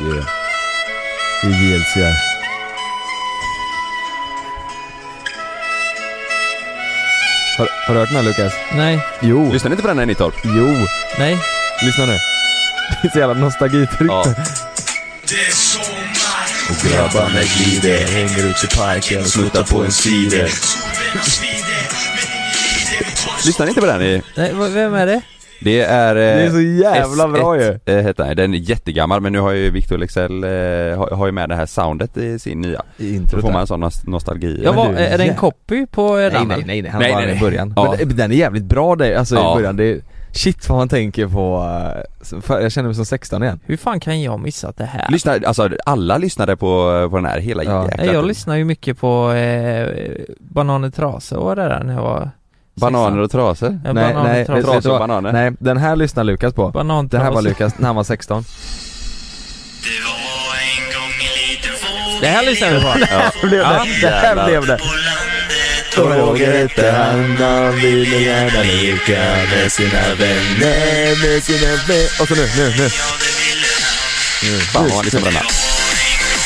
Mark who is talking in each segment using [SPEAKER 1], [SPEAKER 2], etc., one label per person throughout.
[SPEAKER 1] Yeah. Det är GLCR.
[SPEAKER 2] Har, har du hört den här Lukas?
[SPEAKER 1] Nej,
[SPEAKER 2] Jo.
[SPEAKER 3] Lyssnar ni inte på den här Nittorp?
[SPEAKER 2] Jo.
[SPEAKER 1] nej.
[SPEAKER 2] Lyssna nu. Det är så jävla nostalgitryck.
[SPEAKER 3] Ja.
[SPEAKER 1] Och grabbarna glider, hänger ut i parken och smuttar på en cider.
[SPEAKER 3] Lyssnar ni inte på den? i-
[SPEAKER 1] Nej, vad- vem är det?
[SPEAKER 3] Det är... Eh,
[SPEAKER 2] Det är så jävla bra ju.
[SPEAKER 3] Eh, heter den. den är jättegammal men nu har ju Victor Lexell eh, har, har ju med det här soundet i sin nya.
[SPEAKER 2] I
[SPEAKER 3] Då
[SPEAKER 2] introt
[SPEAKER 3] får man
[SPEAKER 2] där.
[SPEAKER 3] en sån nost- nostalgi.
[SPEAKER 1] Ja,
[SPEAKER 2] Men
[SPEAKER 1] vad, eh,
[SPEAKER 2] du,
[SPEAKER 1] är det en
[SPEAKER 2] jä-
[SPEAKER 1] copy på eh,
[SPEAKER 2] Nej
[SPEAKER 1] den?
[SPEAKER 2] nej nej, nej. han
[SPEAKER 3] Nej,
[SPEAKER 2] var
[SPEAKER 3] nej,
[SPEAKER 2] den i
[SPEAKER 3] nej.
[SPEAKER 2] början.
[SPEAKER 3] Ja.
[SPEAKER 2] Men det- den är jävligt bra där, alltså
[SPEAKER 3] Ja.
[SPEAKER 2] i början. Det är, shit vad man tänker på, eh, för, jag känner mig som 16 igen.
[SPEAKER 1] Hur fan kan jag missa det här?
[SPEAKER 3] Lyssna, alltså alla lyssnade på, på den här hela
[SPEAKER 2] Ja.
[SPEAKER 3] jäkla
[SPEAKER 1] Nej, jag
[SPEAKER 3] tiden.
[SPEAKER 1] lyssnar ju mycket på eh, Bananer Trasa och det där när jag var
[SPEAKER 3] Bananer och trasor.
[SPEAKER 1] Ja,
[SPEAKER 2] nej,
[SPEAKER 1] bananer
[SPEAKER 2] nej,
[SPEAKER 1] trasor.
[SPEAKER 2] vet, vet du
[SPEAKER 3] Trasor och
[SPEAKER 2] vad?
[SPEAKER 3] bananer.
[SPEAKER 2] Nej, den här lyssnar Lukas på.
[SPEAKER 1] Banan
[SPEAKER 2] Det här var Lukas när han var 16.
[SPEAKER 1] Det här lyssnar vi på.
[SPEAKER 3] Ja.
[SPEAKER 2] Det blev det. Det här blev det.
[SPEAKER 1] Roger hette
[SPEAKER 2] han, han ville gärna leka med sina vänner, med sina vänner. Och så nu, nu, nu.
[SPEAKER 3] Fan vad han liksom den här.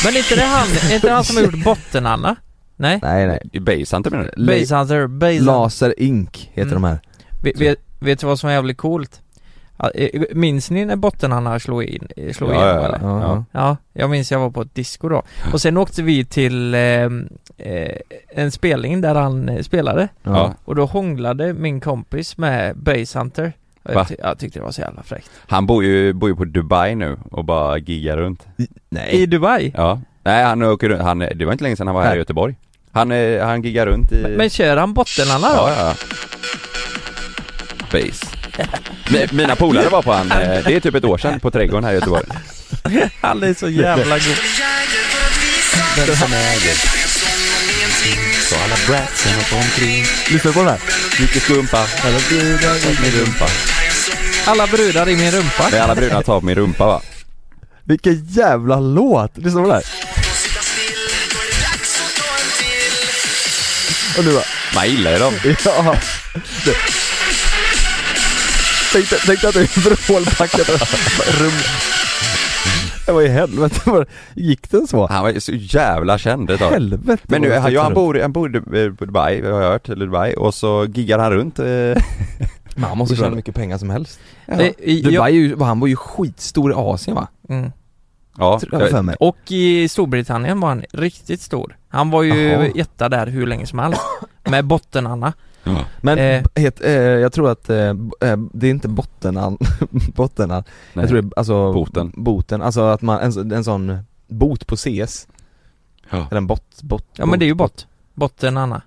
[SPEAKER 1] Men inte det han, är inte han som har gjort Botten-Anna? Nej?
[SPEAKER 2] Nej, nej.
[SPEAKER 3] I Basehunter menar du?
[SPEAKER 2] Le-
[SPEAKER 1] Basehunter, Basehunter.
[SPEAKER 2] Laser Ink heter
[SPEAKER 1] Mm.
[SPEAKER 2] de här.
[SPEAKER 1] Vet, vet, vet du vad som är jävligt coolt? Ja, eh, Minns ni när Botten-Anna slog in, eh, slog
[SPEAKER 3] Ja,
[SPEAKER 1] igenom
[SPEAKER 3] ja, ja.
[SPEAKER 1] eller?
[SPEAKER 2] Ja.
[SPEAKER 3] Ja.
[SPEAKER 1] Ja, jag minns jag var på ett disco då. Och sen åkte vi till eh, eh, en spelning där han eh, spelade.
[SPEAKER 3] Ja.
[SPEAKER 1] Och då hånglade min kompis med Basehunter. Och
[SPEAKER 3] Va?
[SPEAKER 1] Jag, ty- jag tyckte det var så jävla fräckt.
[SPEAKER 3] Han bor ju, bor ju på Dubai nu och bara giggar runt.
[SPEAKER 1] I Dubai?
[SPEAKER 3] Ja. Nej han åker runt, han, det var inte länge sedan han var här i
[SPEAKER 2] Nej.
[SPEAKER 3] Göteborg. Han, eh, han giggar runt i...
[SPEAKER 1] Men kör han Bottenanna då?
[SPEAKER 3] Ja, ja. Base. Mi- Mina polare var på han, eh, det är typ ett år sedan, på trädgården här i Göteborg.
[SPEAKER 1] Han är så jävla god.
[SPEAKER 3] Så alla bratsen och omkring,
[SPEAKER 2] Lyssna på den här.
[SPEAKER 3] mycket skumpa, alla brudar i min rumpa.
[SPEAKER 1] Alla brudar i min rumpa.
[SPEAKER 3] Det är alla brudar tar på min rumpa va?
[SPEAKER 2] Vilken jävla låt! Lyssna på den här. Och nu bara,
[SPEAKER 3] Man gillar ju dem.
[SPEAKER 2] ja. Du. Tänk dig- Tänk dig att du är vrålpackat rum. Det var i helvete, vad- gick den så?
[SPEAKER 3] Han var ju så jävla känd ett tag.
[SPEAKER 2] Helvete
[SPEAKER 3] Men nu,
[SPEAKER 2] vad
[SPEAKER 3] han,
[SPEAKER 2] det
[SPEAKER 3] ja, han
[SPEAKER 2] runt.
[SPEAKER 3] bor, han bor i Dub- på Dubai, har jag hört, eller Dubai, och så giggar han runt. eh,
[SPEAKER 2] Men han måste tjäna hur mycket pengar som helst.
[SPEAKER 1] Eh, i-
[SPEAKER 2] Dubai
[SPEAKER 1] jag-
[SPEAKER 2] är ju, han var ju skitstor i Asien va?
[SPEAKER 1] Mm.
[SPEAKER 3] Ja,
[SPEAKER 2] Tror jag för mig.
[SPEAKER 1] Och i Storbritannien var han riktigt stor. Han var ju
[SPEAKER 2] Jaha.
[SPEAKER 1] etta där hur länge som helst. Med Botten-Anna.
[SPEAKER 2] Men
[SPEAKER 1] Eh.
[SPEAKER 2] b- het, eh, jag tror att eh, b- eh, det är inte bottenan, bottenan.
[SPEAKER 3] Nej.
[SPEAKER 2] Jag tror det är alltså
[SPEAKER 3] Boten.
[SPEAKER 2] boten, alltså att man, en, så- en sån bot på CS
[SPEAKER 3] Ja.
[SPEAKER 2] Eller en bot, bot
[SPEAKER 1] Ja men det är ju bot. Botten-Anna.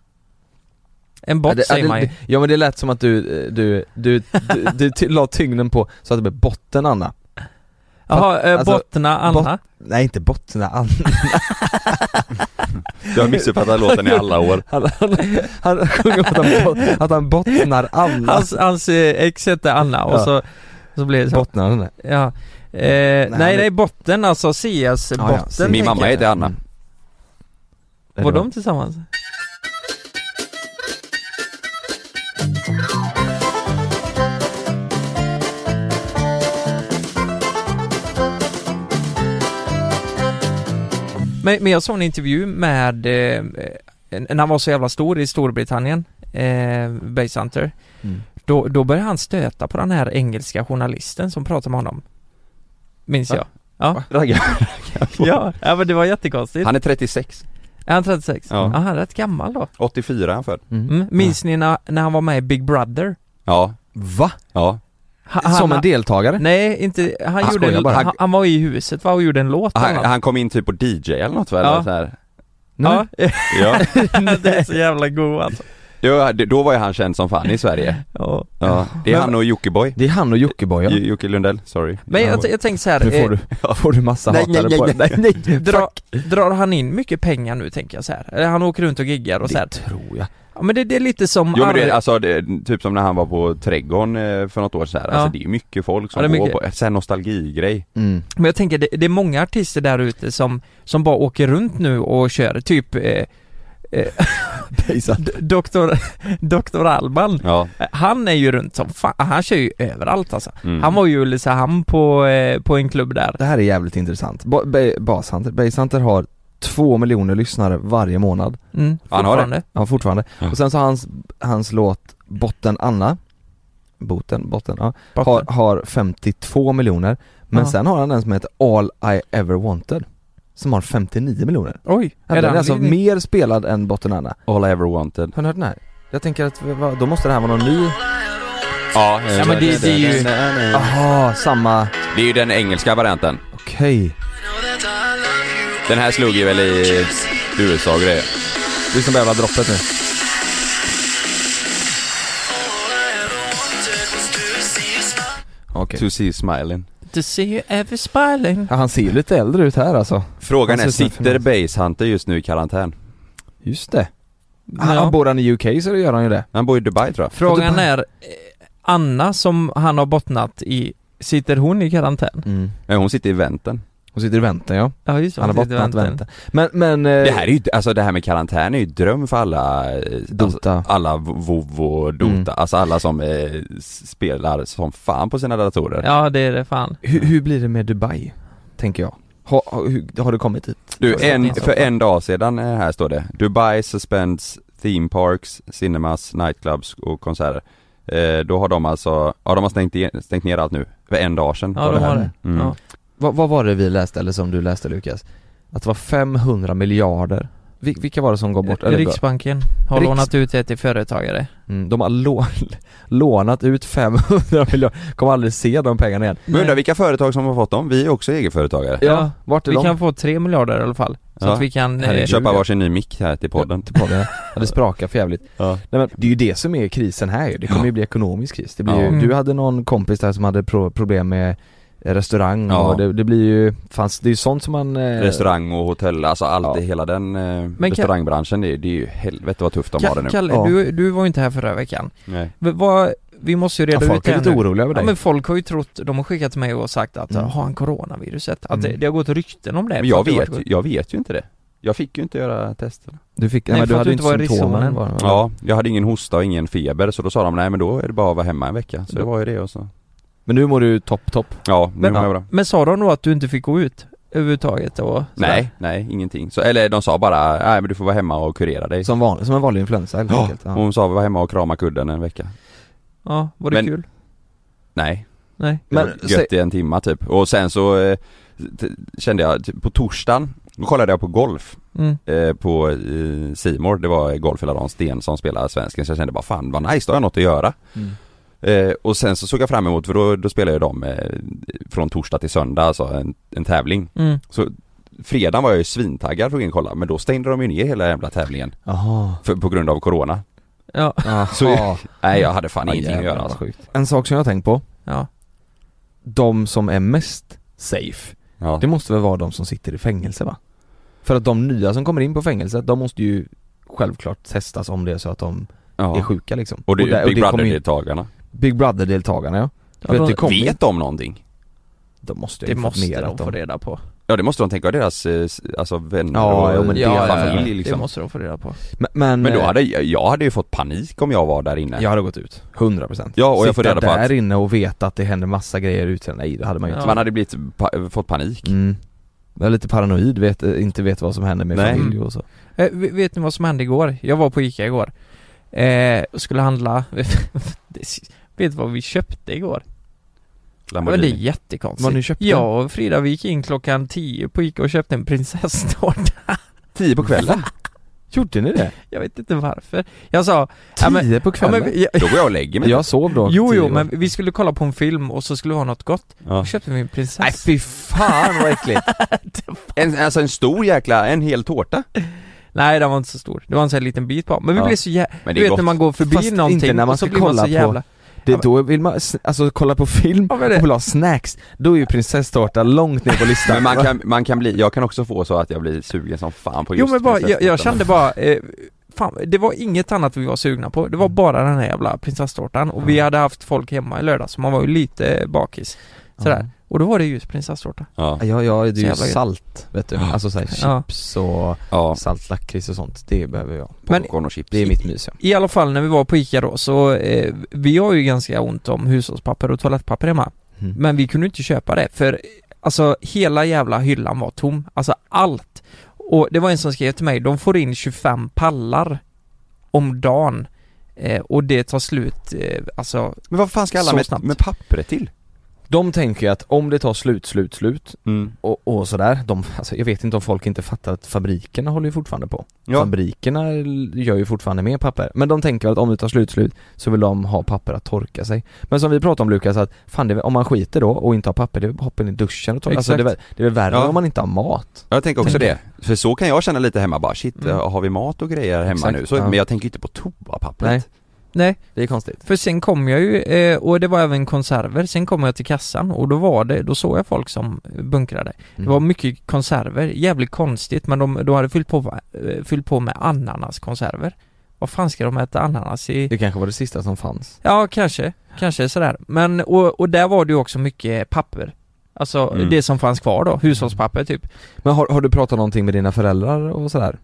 [SPEAKER 1] En bot
[SPEAKER 2] Ja, det- ja,
[SPEAKER 1] säger man
[SPEAKER 2] det,
[SPEAKER 1] ju.
[SPEAKER 2] det, Ja men det lät som att du, eh, du, du, du, du, ty- la tyngden på så att det blev botten Anna
[SPEAKER 1] Jaha, eh,
[SPEAKER 2] alltså,
[SPEAKER 1] Bottna-Anna.
[SPEAKER 2] bot- Nej inte botten Anna,
[SPEAKER 3] Jag har missuppfattat låten i alla år.
[SPEAKER 2] han, han, han sjunger att han, bot, att han bottnar Anna
[SPEAKER 1] Hans, hans eh, ex hette Anna och
[SPEAKER 2] Ja.
[SPEAKER 1] så, så blev det så.
[SPEAKER 2] Bottnar Anna
[SPEAKER 1] ja. Eh, nej,
[SPEAKER 2] men-
[SPEAKER 1] nej, botten alltså, CS-botten.
[SPEAKER 2] Ja, ja,
[SPEAKER 1] tänker
[SPEAKER 3] Min mamma
[SPEAKER 1] jag.
[SPEAKER 3] heter Anna.
[SPEAKER 2] Mm.
[SPEAKER 1] Var de tillsammans? Men, men jag såg en intervju med, eh, eh, när han var så jävla stor i Storbritannien, eh, Basehunter.
[SPEAKER 2] Mm.
[SPEAKER 1] Då, då började han stöta på den här engelska journalisten som pratade med honom Minns
[SPEAKER 3] Va?
[SPEAKER 1] jag Ja,
[SPEAKER 3] Raggar.
[SPEAKER 1] ja, ja men det var jättekonstigt
[SPEAKER 3] Han är 36,
[SPEAKER 1] Är han 36?
[SPEAKER 3] Ja.
[SPEAKER 1] Ja, han är rätt gammal då
[SPEAKER 3] 84 är han född.
[SPEAKER 1] mm. Minns ni när, när han var med i Big Brother?
[SPEAKER 3] Ja,
[SPEAKER 2] Va?
[SPEAKER 3] ja.
[SPEAKER 1] Ha- Han,
[SPEAKER 2] Som en deltagare?
[SPEAKER 1] Nej, inte, han,
[SPEAKER 2] Han
[SPEAKER 1] gjorde
[SPEAKER 2] skojar
[SPEAKER 1] en,
[SPEAKER 2] bara.
[SPEAKER 1] han, han var i huset va och gjorde en låt
[SPEAKER 3] Han,
[SPEAKER 1] bland
[SPEAKER 3] han kom in typ på DJ eller något väl?
[SPEAKER 1] Ja.
[SPEAKER 3] Så här.
[SPEAKER 1] annat. Ja,
[SPEAKER 3] Ja.
[SPEAKER 1] det är så jävla god alltså
[SPEAKER 3] Jo, det- då var ju han känd som fan i Sverige.
[SPEAKER 1] ja.
[SPEAKER 3] Ja. Det är
[SPEAKER 2] Men-
[SPEAKER 3] han och Jockiboi.
[SPEAKER 2] Det är han och Jockiboi
[SPEAKER 3] J- Jocke Lundell, sorry.
[SPEAKER 1] Men jag, jag tänker så här,
[SPEAKER 2] Nu
[SPEAKER 1] eh,
[SPEAKER 2] får du, får du massa
[SPEAKER 3] Nej,
[SPEAKER 2] hatare
[SPEAKER 3] nej,
[SPEAKER 2] på
[SPEAKER 3] nej,
[SPEAKER 2] dig. Nej, nej,
[SPEAKER 1] Dra, drar han in mycket pengar nu tänker jag så här. Eller Han åker runt och giggar och så här.
[SPEAKER 2] tror jag.
[SPEAKER 1] Ja men det, det är lite som
[SPEAKER 3] Jo men det,
[SPEAKER 1] Ar-
[SPEAKER 3] är- alltså det, är typ som när han var på Trädgården eh, för något år sedan,
[SPEAKER 1] Ja.
[SPEAKER 3] alltså det är ju mycket folk som
[SPEAKER 1] Ja, det är
[SPEAKER 3] går
[SPEAKER 1] mycket.
[SPEAKER 3] på, såhär nostalgigrej
[SPEAKER 2] Mm.
[SPEAKER 1] Men jag tänker det, det är många artister där ute som, som bara åker runt nu och kör typ eh,
[SPEAKER 2] Pejsan.
[SPEAKER 1] d- Dr. Dr. Alban.
[SPEAKER 3] Ja,
[SPEAKER 1] Eh, Han är ju runt som fan, ah, han kör ju överallt alltså.
[SPEAKER 3] Mm.
[SPEAKER 1] Han var ju i Ulricehamn på, eh, på en klubb där.
[SPEAKER 2] Det här är jävligt intressant. Ba- Ba- Bashunter, Basehunter har två miljoner lyssnare varje månad.
[SPEAKER 1] Mm,
[SPEAKER 3] Han har det.
[SPEAKER 1] fortfarande.
[SPEAKER 2] Ja, fortfarande.
[SPEAKER 3] Ja.
[SPEAKER 2] Och sen så har hans, hans låt Botten Anna Boten, botten, ja.
[SPEAKER 1] Botten.
[SPEAKER 2] Har, har 52 miljoner Men
[SPEAKER 1] Ja.
[SPEAKER 2] sen har han en som heter All I Ever Wanted Som har 59 miljoner
[SPEAKER 1] Oj,
[SPEAKER 2] ja, Den är alltså
[SPEAKER 1] ledig?
[SPEAKER 2] mer spelad än Botten Anna
[SPEAKER 3] All I Ever Wanted
[SPEAKER 2] Har ni hört den här? Jag tänker att, va, då måste det här vara någon ny
[SPEAKER 3] Ja, eh,
[SPEAKER 1] Ja, men det- det är ju-
[SPEAKER 2] Aha, samma
[SPEAKER 3] Det är ju den engelska varianten
[SPEAKER 2] Okej
[SPEAKER 3] Den här slog ju väl i USA och grejer
[SPEAKER 2] Lyssna på jävla droppet nu Okej
[SPEAKER 3] To see smiling
[SPEAKER 1] To see you ever smiling.
[SPEAKER 2] ja, Han ser ju lite äldre ut här alltså
[SPEAKER 3] Frågan
[SPEAKER 2] Han
[SPEAKER 3] är,
[SPEAKER 2] ser ut som
[SPEAKER 3] sitter
[SPEAKER 2] en
[SPEAKER 3] Basehunter just nu i karantän?
[SPEAKER 2] Just det
[SPEAKER 1] Ja.
[SPEAKER 2] Han bor han i UK så gör han ju det
[SPEAKER 3] Han bor i Dubai tror jag
[SPEAKER 1] Frågan är, eh, Anna som han har bottnat i, sitter hon i karantän?
[SPEAKER 2] mm.
[SPEAKER 3] Nej, hon sitter i vänten
[SPEAKER 2] Hon sitter i väntan ja
[SPEAKER 1] Ja just det,
[SPEAKER 2] Han har
[SPEAKER 1] sitter i
[SPEAKER 2] bottnat
[SPEAKER 1] karantän.
[SPEAKER 2] vänta. Men, men... eh,
[SPEAKER 3] Det här är ju, alltså det här med karantän är ju dröm för alla eh, alltså,
[SPEAKER 2] Dota.
[SPEAKER 3] Alla Vovo och Dota,
[SPEAKER 2] Mm.
[SPEAKER 3] alltså alla som eh, spelar som fan på sina datorer
[SPEAKER 1] Ja det är det fan.
[SPEAKER 2] Hur, hur blir det med Dubai? Tänker jag. Har, har, hur- har du kommit dit?
[SPEAKER 3] Du,
[SPEAKER 1] Fortsätt
[SPEAKER 3] en,
[SPEAKER 1] inte.
[SPEAKER 3] för en dag sedan eh, här står det Dubai suspends theme parks, cinemas, nightclubs och konserter eh, Då har de alltså, ja de har stängt, igen, stängt ner allt nu, för en dag sedan
[SPEAKER 1] Ja
[SPEAKER 3] var
[SPEAKER 1] de
[SPEAKER 3] här.
[SPEAKER 1] har det.
[SPEAKER 3] Mm.
[SPEAKER 1] Ja.
[SPEAKER 2] Vad, vad var det vi läste, eller som du läste Lukas? Att det var 500 miljarder. Vil, vilka var det som går bort? Eller,
[SPEAKER 1] Riksbanken har
[SPEAKER 2] Riks-
[SPEAKER 1] lånat ut det till företagare.
[SPEAKER 2] mm, de har lå, lånat ut 500 miljarder, kommer aldrig se de pengarna igen.
[SPEAKER 3] Men undrar vilka företag som har fått dem? Vi är också egenföretagare
[SPEAKER 1] Ja,
[SPEAKER 2] Vart är
[SPEAKER 1] Vi
[SPEAKER 2] de?
[SPEAKER 1] kan få 3 miljarder i alla fall. Så
[SPEAKER 3] Ja.
[SPEAKER 1] att vi kan...
[SPEAKER 2] Herregud.
[SPEAKER 1] Eh,
[SPEAKER 3] Köpa varsin ny mick här till podden
[SPEAKER 2] Till podden. Ja, det sprakar för jävligt.
[SPEAKER 3] Ja.
[SPEAKER 2] Nej, men det är ju det som är krisen här ju. Det kommer ju bli ekonomisk kris. Det blir
[SPEAKER 3] Ja.
[SPEAKER 2] ju,
[SPEAKER 1] Mm.
[SPEAKER 2] du hade någon kompis där som hade pro- problem med eh, restaurang
[SPEAKER 3] Ja.
[SPEAKER 2] och det, det blir ju, fanns, det är ju sånt som man... eh,
[SPEAKER 3] Restaurang och hotell, alltså allt
[SPEAKER 2] Ja.
[SPEAKER 3] hela den eh,
[SPEAKER 1] kan-
[SPEAKER 3] restaurangbranschen, det, är- det är ju helvete vad tufft de har det nu
[SPEAKER 1] Kalle,
[SPEAKER 2] Ja.
[SPEAKER 1] du, du var ju inte här förra veckan.
[SPEAKER 3] Nej.
[SPEAKER 1] V- vad, vi måste ju
[SPEAKER 2] Ja,
[SPEAKER 1] reda ut
[SPEAKER 2] folk
[SPEAKER 1] det
[SPEAKER 2] är
[SPEAKER 1] här
[SPEAKER 2] lite
[SPEAKER 1] nu.
[SPEAKER 2] oroliga över
[SPEAKER 1] Ja,
[SPEAKER 2] dig.
[SPEAKER 1] men folk har ju trott, de har skickat till mig och sagt att
[SPEAKER 2] Mm.
[SPEAKER 1] har han coronaviruset? Att det,
[SPEAKER 2] Mm.
[SPEAKER 1] det har gått rykten om det.
[SPEAKER 3] Men
[SPEAKER 1] för
[SPEAKER 3] jag
[SPEAKER 1] att du har
[SPEAKER 3] vet, ju-
[SPEAKER 1] varit-
[SPEAKER 3] jag vet ju inte det Jag fick ju inte göra testerna
[SPEAKER 2] Du fick,
[SPEAKER 1] Nej,
[SPEAKER 2] nej, men
[SPEAKER 1] för
[SPEAKER 2] du
[SPEAKER 1] att
[SPEAKER 2] hade
[SPEAKER 1] du
[SPEAKER 2] ju
[SPEAKER 1] inte
[SPEAKER 2] inte
[SPEAKER 1] var i riskzonen.
[SPEAKER 2] symptomen var, det väl?
[SPEAKER 3] Ja, jag hade ingen hosta och ingen feber så då sa de nej men då är det bara att vara hemma en vecka, så det var ju det och så
[SPEAKER 2] Men nu mår du topp topp
[SPEAKER 3] Ja, nu
[SPEAKER 1] Men-
[SPEAKER 3] mår jag bra
[SPEAKER 1] Men sa de då att du inte fick gå ut? Överhuvudtaget och sådär?
[SPEAKER 3] Nej, nej, ingenting. Så, eller de sa bara, nej men du får vara hemma och kurera dig.
[SPEAKER 2] Som, vanlig, som en vanlig influensa helt
[SPEAKER 3] Ja,
[SPEAKER 2] enkelt ja.
[SPEAKER 3] Hon sa, var hemma och krama kudden en vecka.
[SPEAKER 1] Ja, var det
[SPEAKER 3] Men-
[SPEAKER 1] kul?
[SPEAKER 3] Nej,
[SPEAKER 1] Nej.
[SPEAKER 3] det
[SPEAKER 2] Men
[SPEAKER 3] var
[SPEAKER 2] säg-
[SPEAKER 3] gött i en timma typ. Och sen så eh, t- kände jag, typ, på torsdagen, då kollade jag på golf
[SPEAKER 1] Mm.
[SPEAKER 3] eh, på eh, C More. Det var golf eller Dan Sten som spelar svensken, så jag kände bara fan vad nice, då har jag något att göra.
[SPEAKER 2] Mm.
[SPEAKER 3] Eh, och sen så såg jag fram emot, för då, då spelade ju de eh, från torsdag till söndag, alltså en, en tävling.
[SPEAKER 1] Mm.
[SPEAKER 3] Så fredagen var jag ju svintaggad för att gå in och kolla, men då stängde de ju ner hela jävla tävlingen.
[SPEAKER 2] Jaha
[SPEAKER 3] För, på grund av corona.
[SPEAKER 1] Ja.
[SPEAKER 3] Så- Nej jag hade fan
[SPEAKER 2] Ja,
[SPEAKER 3] ingenting att
[SPEAKER 2] jävlar,
[SPEAKER 3] göra alltså.
[SPEAKER 2] vad sjukt. En sak som jag har tänkt på,
[SPEAKER 1] Ja.
[SPEAKER 2] de som är mest safe
[SPEAKER 3] Ja.
[SPEAKER 2] Det måste väl vara de som sitter i fängelse va? För att de nya som kommer in på fängelset, de måste ju självklart testas om det är så att de är
[SPEAKER 3] ja.
[SPEAKER 2] sjuka liksom
[SPEAKER 3] Och det är ju
[SPEAKER 2] där-
[SPEAKER 3] Big
[SPEAKER 2] kommer ju-
[SPEAKER 3] Brother-deltagarna.
[SPEAKER 2] Big Brother-deltagarna ja,
[SPEAKER 1] Ja,
[SPEAKER 2] Vet
[SPEAKER 1] de,
[SPEAKER 2] du, kom in.
[SPEAKER 3] Vet de någonting?
[SPEAKER 2] de måste ju
[SPEAKER 1] det måste
[SPEAKER 2] informerat
[SPEAKER 1] de få
[SPEAKER 2] dem.
[SPEAKER 1] reda på.
[SPEAKER 3] Ja det måste de tänka, deras eh, s- alltså vänner
[SPEAKER 2] Ja,
[SPEAKER 3] och
[SPEAKER 2] jo, men det- ja,
[SPEAKER 3] familj
[SPEAKER 2] ja.
[SPEAKER 1] Det
[SPEAKER 3] liksom.
[SPEAKER 1] måste de få reda på.
[SPEAKER 2] Men, men,
[SPEAKER 3] Men då
[SPEAKER 2] eh,
[SPEAKER 3] hade jag, jag hade ju fått panik om jag var där inne.
[SPEAKER 2] Jag hade gått ut, 100%
[SPEAKER 3] Ja, och jag får
[SPEAKER 2] Sitta
[SPEAKER 3] reda på
[SPEAKER 2] där
[SPEAKER 3] att-
[SPEAKER 2] inne och veta att det händer massa grejer ute, nej det hade man ju inte
[SPEAKER 1] Ja.
[SPEAKER 3] Man hade blivit, pa- fått panik.
[SPEAKER 2] mm. Jag är lite paranoid, vet, eh, inte vet vad som händer med
[SPEAKER 3] Nej.
[SPEAKER 2] familj och så
[SPEAKER 1] Eh, v- vet ni vad som hände igår? Jag var på Ica igår. Eh, och skulle handla. Det är s- Vet du vad vi köpte igår? Ja, men det är
[SPEAKER 3] Lamborghini.
[SPEAKER 1] jättekonstigt.
[SPEAKER 2] Vad ni köpte?
[SPEAKER 1] Jag och Frida vi gick in klockan 10 på Ica och köpte en prinsesstårta.
[SPEAKER 3] Tio på kvällen.
[SPEAKER 2] Gjorde ni det?
[SPEAKER 1] Jag vet inte varför. Jag sa...
[SPEAKER 2] Tio
[SPEAKER 1] men-
[SPEAKER 2] på
[SPEAKER 1] Ja,
[SPEAKER 2] kvällen?
[SPEAKER 1] men, vi- ja,
[SPEAKER 3] Då går jag och lägger mig.
[SPEAKER 2] Jag sov då
[SPEAKER 1] jo, jo,
[SPEAKER 2] tio.
[SPEAKER 1] men vi skulle kolla på en film och så skulle vi ha något gott.
[SPEAKER 3] Ja.
[SPEAKER 1] Då köpte vi en
[SPEAKER 2] Nej
[SPEAKER 1] prinsess...
[SPEAKER 2] fy fan vad äckligt!
[SPEAKER 3] En, alltså en stor jäkla, en hel tårta.
[SPEAKER 1] Nej, den var inte så stor. Det var en sån här liten bit på. Men vi
[SPEAKER 3] Ja.
[SPEAKER 1] blev så jävla...
[SPEAKER 3] Men det
[SPEAKER 1] Du
[SPEAKER 3] är
[SPEAKER 1] vet
[SPEAKER 3] gott.
[SPEAKER 1] när man går förbi
[SPEAKER 2] Fast inte
[SPEAKER 1] någonting
[SPEAKER 2] när man
[SPEAKER 1] och så
[SPEAKER 2] ska
[SPEAKER 1] blir man
[SPEAKER 2] kolla
[SPEAKER 1] så
[SPEAKER 2] på-
[SPEAKER 1] jävla...
[SPEAKER 2] Det,
[SPEAKER 1] Ja, men-
[SPEAKER 2] då vill man, s- alltså kolla på film
[SPEAKER 1] Ja, men det-
[SPEAKER 2] och vill ha snacks, då är ju prinsesstårta långt ner på listan
[SPEAKER 3] Men man
[SPEAKER 2] va?
[SPEAKER 3] kan, man kan bli, jag kan också få så att jag blir sugen som fan på
[SPEAKER 1] Jo
[SPEAKER 3] just
[SPEAKER 1] men bara, jag, jag
[SPEAKER 3] prinsesstårtan.
[SPEAKER 1] kände bara, eh, fan, det var inget annat vi var sugna på. Det
[SPEAKER 2] Mm.
[SPEAKER 1] var bara den här jävla prinsesstårtan och vi hade haft folk hemma i lördags, man var ju lite eh, bakis. Sådär.
[SPEAKER 2] Mm.
[SPEAKER 1] Och då var det just prinsesstårta.
[SPEAKER 3] Ja,
[SPEAKER 2] Ja, ja det
[SPEAKER 1] Så
[SPEAKER 2] är ju
[SPEAKER 1] jävla gött.
[SPEAKER 2] salt vet du, alltså såhär
[SPEAKER 1] Ja.
[SPEAKER 2] chips och
[SPEAKER 3] ja.
[SPEAKER 2] salt lakrits och sånt, det behöver jag
[SPEAKER 1] Men-
[SPEAKER 3] Popcorn och chips.
[SPEAKER 2] Det är mitt mys ja.
[SPEAKER 1] I alla fall när vi var på ICA då så, eh, vi har ju ganska ont om hushållspapper och toalettpapper hemma.
[SPEAKER 2] Mm.
[SPEAKER 1] Men vi kunde inte köpa det för eh, alltså hela jävla hyllan var tom, alltså allt. Och det var en som skrev till mig, de får in 25 pallar om dagen eh, och det tar slut, eh, alltså
[SPEAKER 3] Men vad fan ska alla
[SPEAKER 1] Så snabbt.
[SPEAKER 3] med, med pappret till?
[SPEAKER 2] De tänker ju att om det tar slut, slut, slut
[SPEAKER 3] Mm.
[SPEAKER 2] och, och sådär, de, alltså, jag vet inte om folk inte fattar att fabrikerna håller ju fortfarande på
[SPEAKER 3] Ja.
[SPEAKER 2] Fabrikerna l- gör ju fortfarande mer papper, men de tänker att om det tar slut, slut så vill de ha papper att torka sig Men som vi pratade om Lukas, att fan det, är väl- om man skiter då och inte har papper, det är väl hoppen i duschen och torka. alltså, det, är
[SPEAKER 1] Exakt.
[SPEAKER 2] väl, det är väl värre
[SPEAKER 3] Ja.
[SPEAKER 2] om man inte har mat
[SPEAKER 3] Jag tänker också
[SPEAKER 1] Tänker.
[SPEAKER 3] det. För så kan jag känna lite hemma bara, shit, eh,
[SPEAKER 1] Mm.
[SPEAKER 3] har vi mat och grejer hemma
[SPEAKER 2] Exakt,
[SPEAKER 3] nu? Så,
[SPEAKER 2] ja.
[SPEAKER 3] Men jag tänker ju inte på toapappret.
[SPEAKER 2] Nej.
[SPEAKER 1] Nej,
[SPEAKER 2] Det är konstigt
[SPEAKER 1] För sen kom jag ju, eh, och det var även konserver, sen kom jag till kassan och då var det, då såg jag folk som bunkrade.
[SPEAKER 2] Mm.
[SPEAKER 1] Det var mycket konserver, jävligt konstigt men de, de hade fyllt på, eh, fyllt på med ananaskonserver. Vad fan ska de äta ananas i?
[SPEAKER 2] Det kanske var det sista som fanns
[SPEAKER 1] Ja, kanske, kanske sådär. Men, och, och där var det ju också mycket papper. Alltså
[SPEAKER 3] Mm.
[SPEAKER 1] det som fanns kvar då, hushållspapper typ.
[SPEAKER 2] Men har, har du pratat någonting med dina föräldrar och sådär?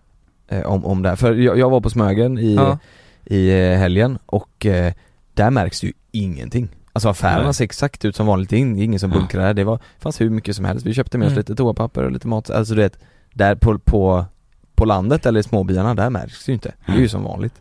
[SPEAKER 2] Eh, om, om det här? För jag, jag var på Smögen i,
[SPEAKER 1] Ja.
[SPEAKER 2] i eh, helgen och eh, där märks det ju ingenting Alltså affärerna
[SPEAKER 3] Nej.
[SPEAKER 2] ser exakt ut som vanligt, det är ing- ingen som
[SPEAKER 3] Ja.
[SPEAKER 2] bunkrar där. det var, fanns hur mycket som helst, vi köpte med oss
[SPEAKER 1] Mm.
[SPEAKER 2] lite toapapper och lite mat, alltså du vet Där på, på, på landet eller i småbyarna, där märks det ju inte, det är ju som vanligt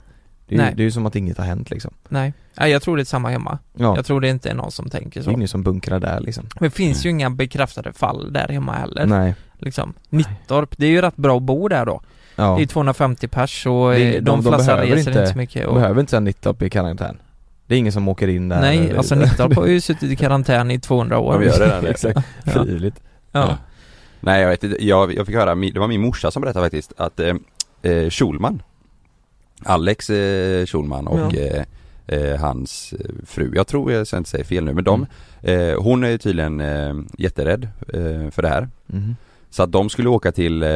[SPEAKER 2] Det är,
[SPEAKER 1] Mm. Nej.
[SPEAKER 2] ju, det är ju som att inget har hänt liksom
[SPEAKER 1] Nej. Nej, jag tror det är samma hemma.
[SPEAKER 2] Ja,
[SPEAKER 1] Jag tror det inte är någon som tänker
[SPEAKER 2] det är
[SPEAKER 1] så.
[SPEAKER 2] ingen som bunkrar där liksom
[SPEAKER 1] Det finns ju inga bekräftade fall där hemma heller.
[SPEAKER 2] Nej,
[SPEAKER 1] liksom. Nittorp, det är ju rätt bra att bo där då.
[SPEAKER 2] ja,
[SPEAKER 1] Det är 250 pers och eh,
[SPEAKER 2] Det är- de-
[SPEAKER 1] de,
[SPEAKER 2] de
[SPEAKER 1] flesta
[SPEAKER 2] behöver inte-
[SPEAKER 1] reser inte, så mycket.
[SPEAKER 2] de
[SPEAKER 1] Och,
[SPEAKER 2] behöver inte säga Nittorp i karantän Det är ingen som åker in där
[SPEAKER 1] nej,
[SPEAKER 2] eller-
[SPEAKER 1] alltså Nittorp har ju suttit i karantän i 200 år.
[SPEAKER 3] De gör det där nu.
[SPEAKER 2] Exakt,
[SPEAKER 1] Ja.
[SPEAKER 2] frivilligt
[SPEAKER 1] Ja.
[SPEAKER 3] Nej jag vet inte, jag, jag fick höra, min- det var min morsa som berättade faktiskt att eh, eh, Schulman Alex eh, Schulman och
[SPEAKER 1] Ja.
[SPEAKER 3] eh, eh, hans eh, fru, jag tror jag så jag inte säger fel nu men de, eh, hon är tydligen eh, jätterädd eh, för det här
[SPEAKER 2] Mhm.
[SPEAKER 3] Så att de skulle åka till eh,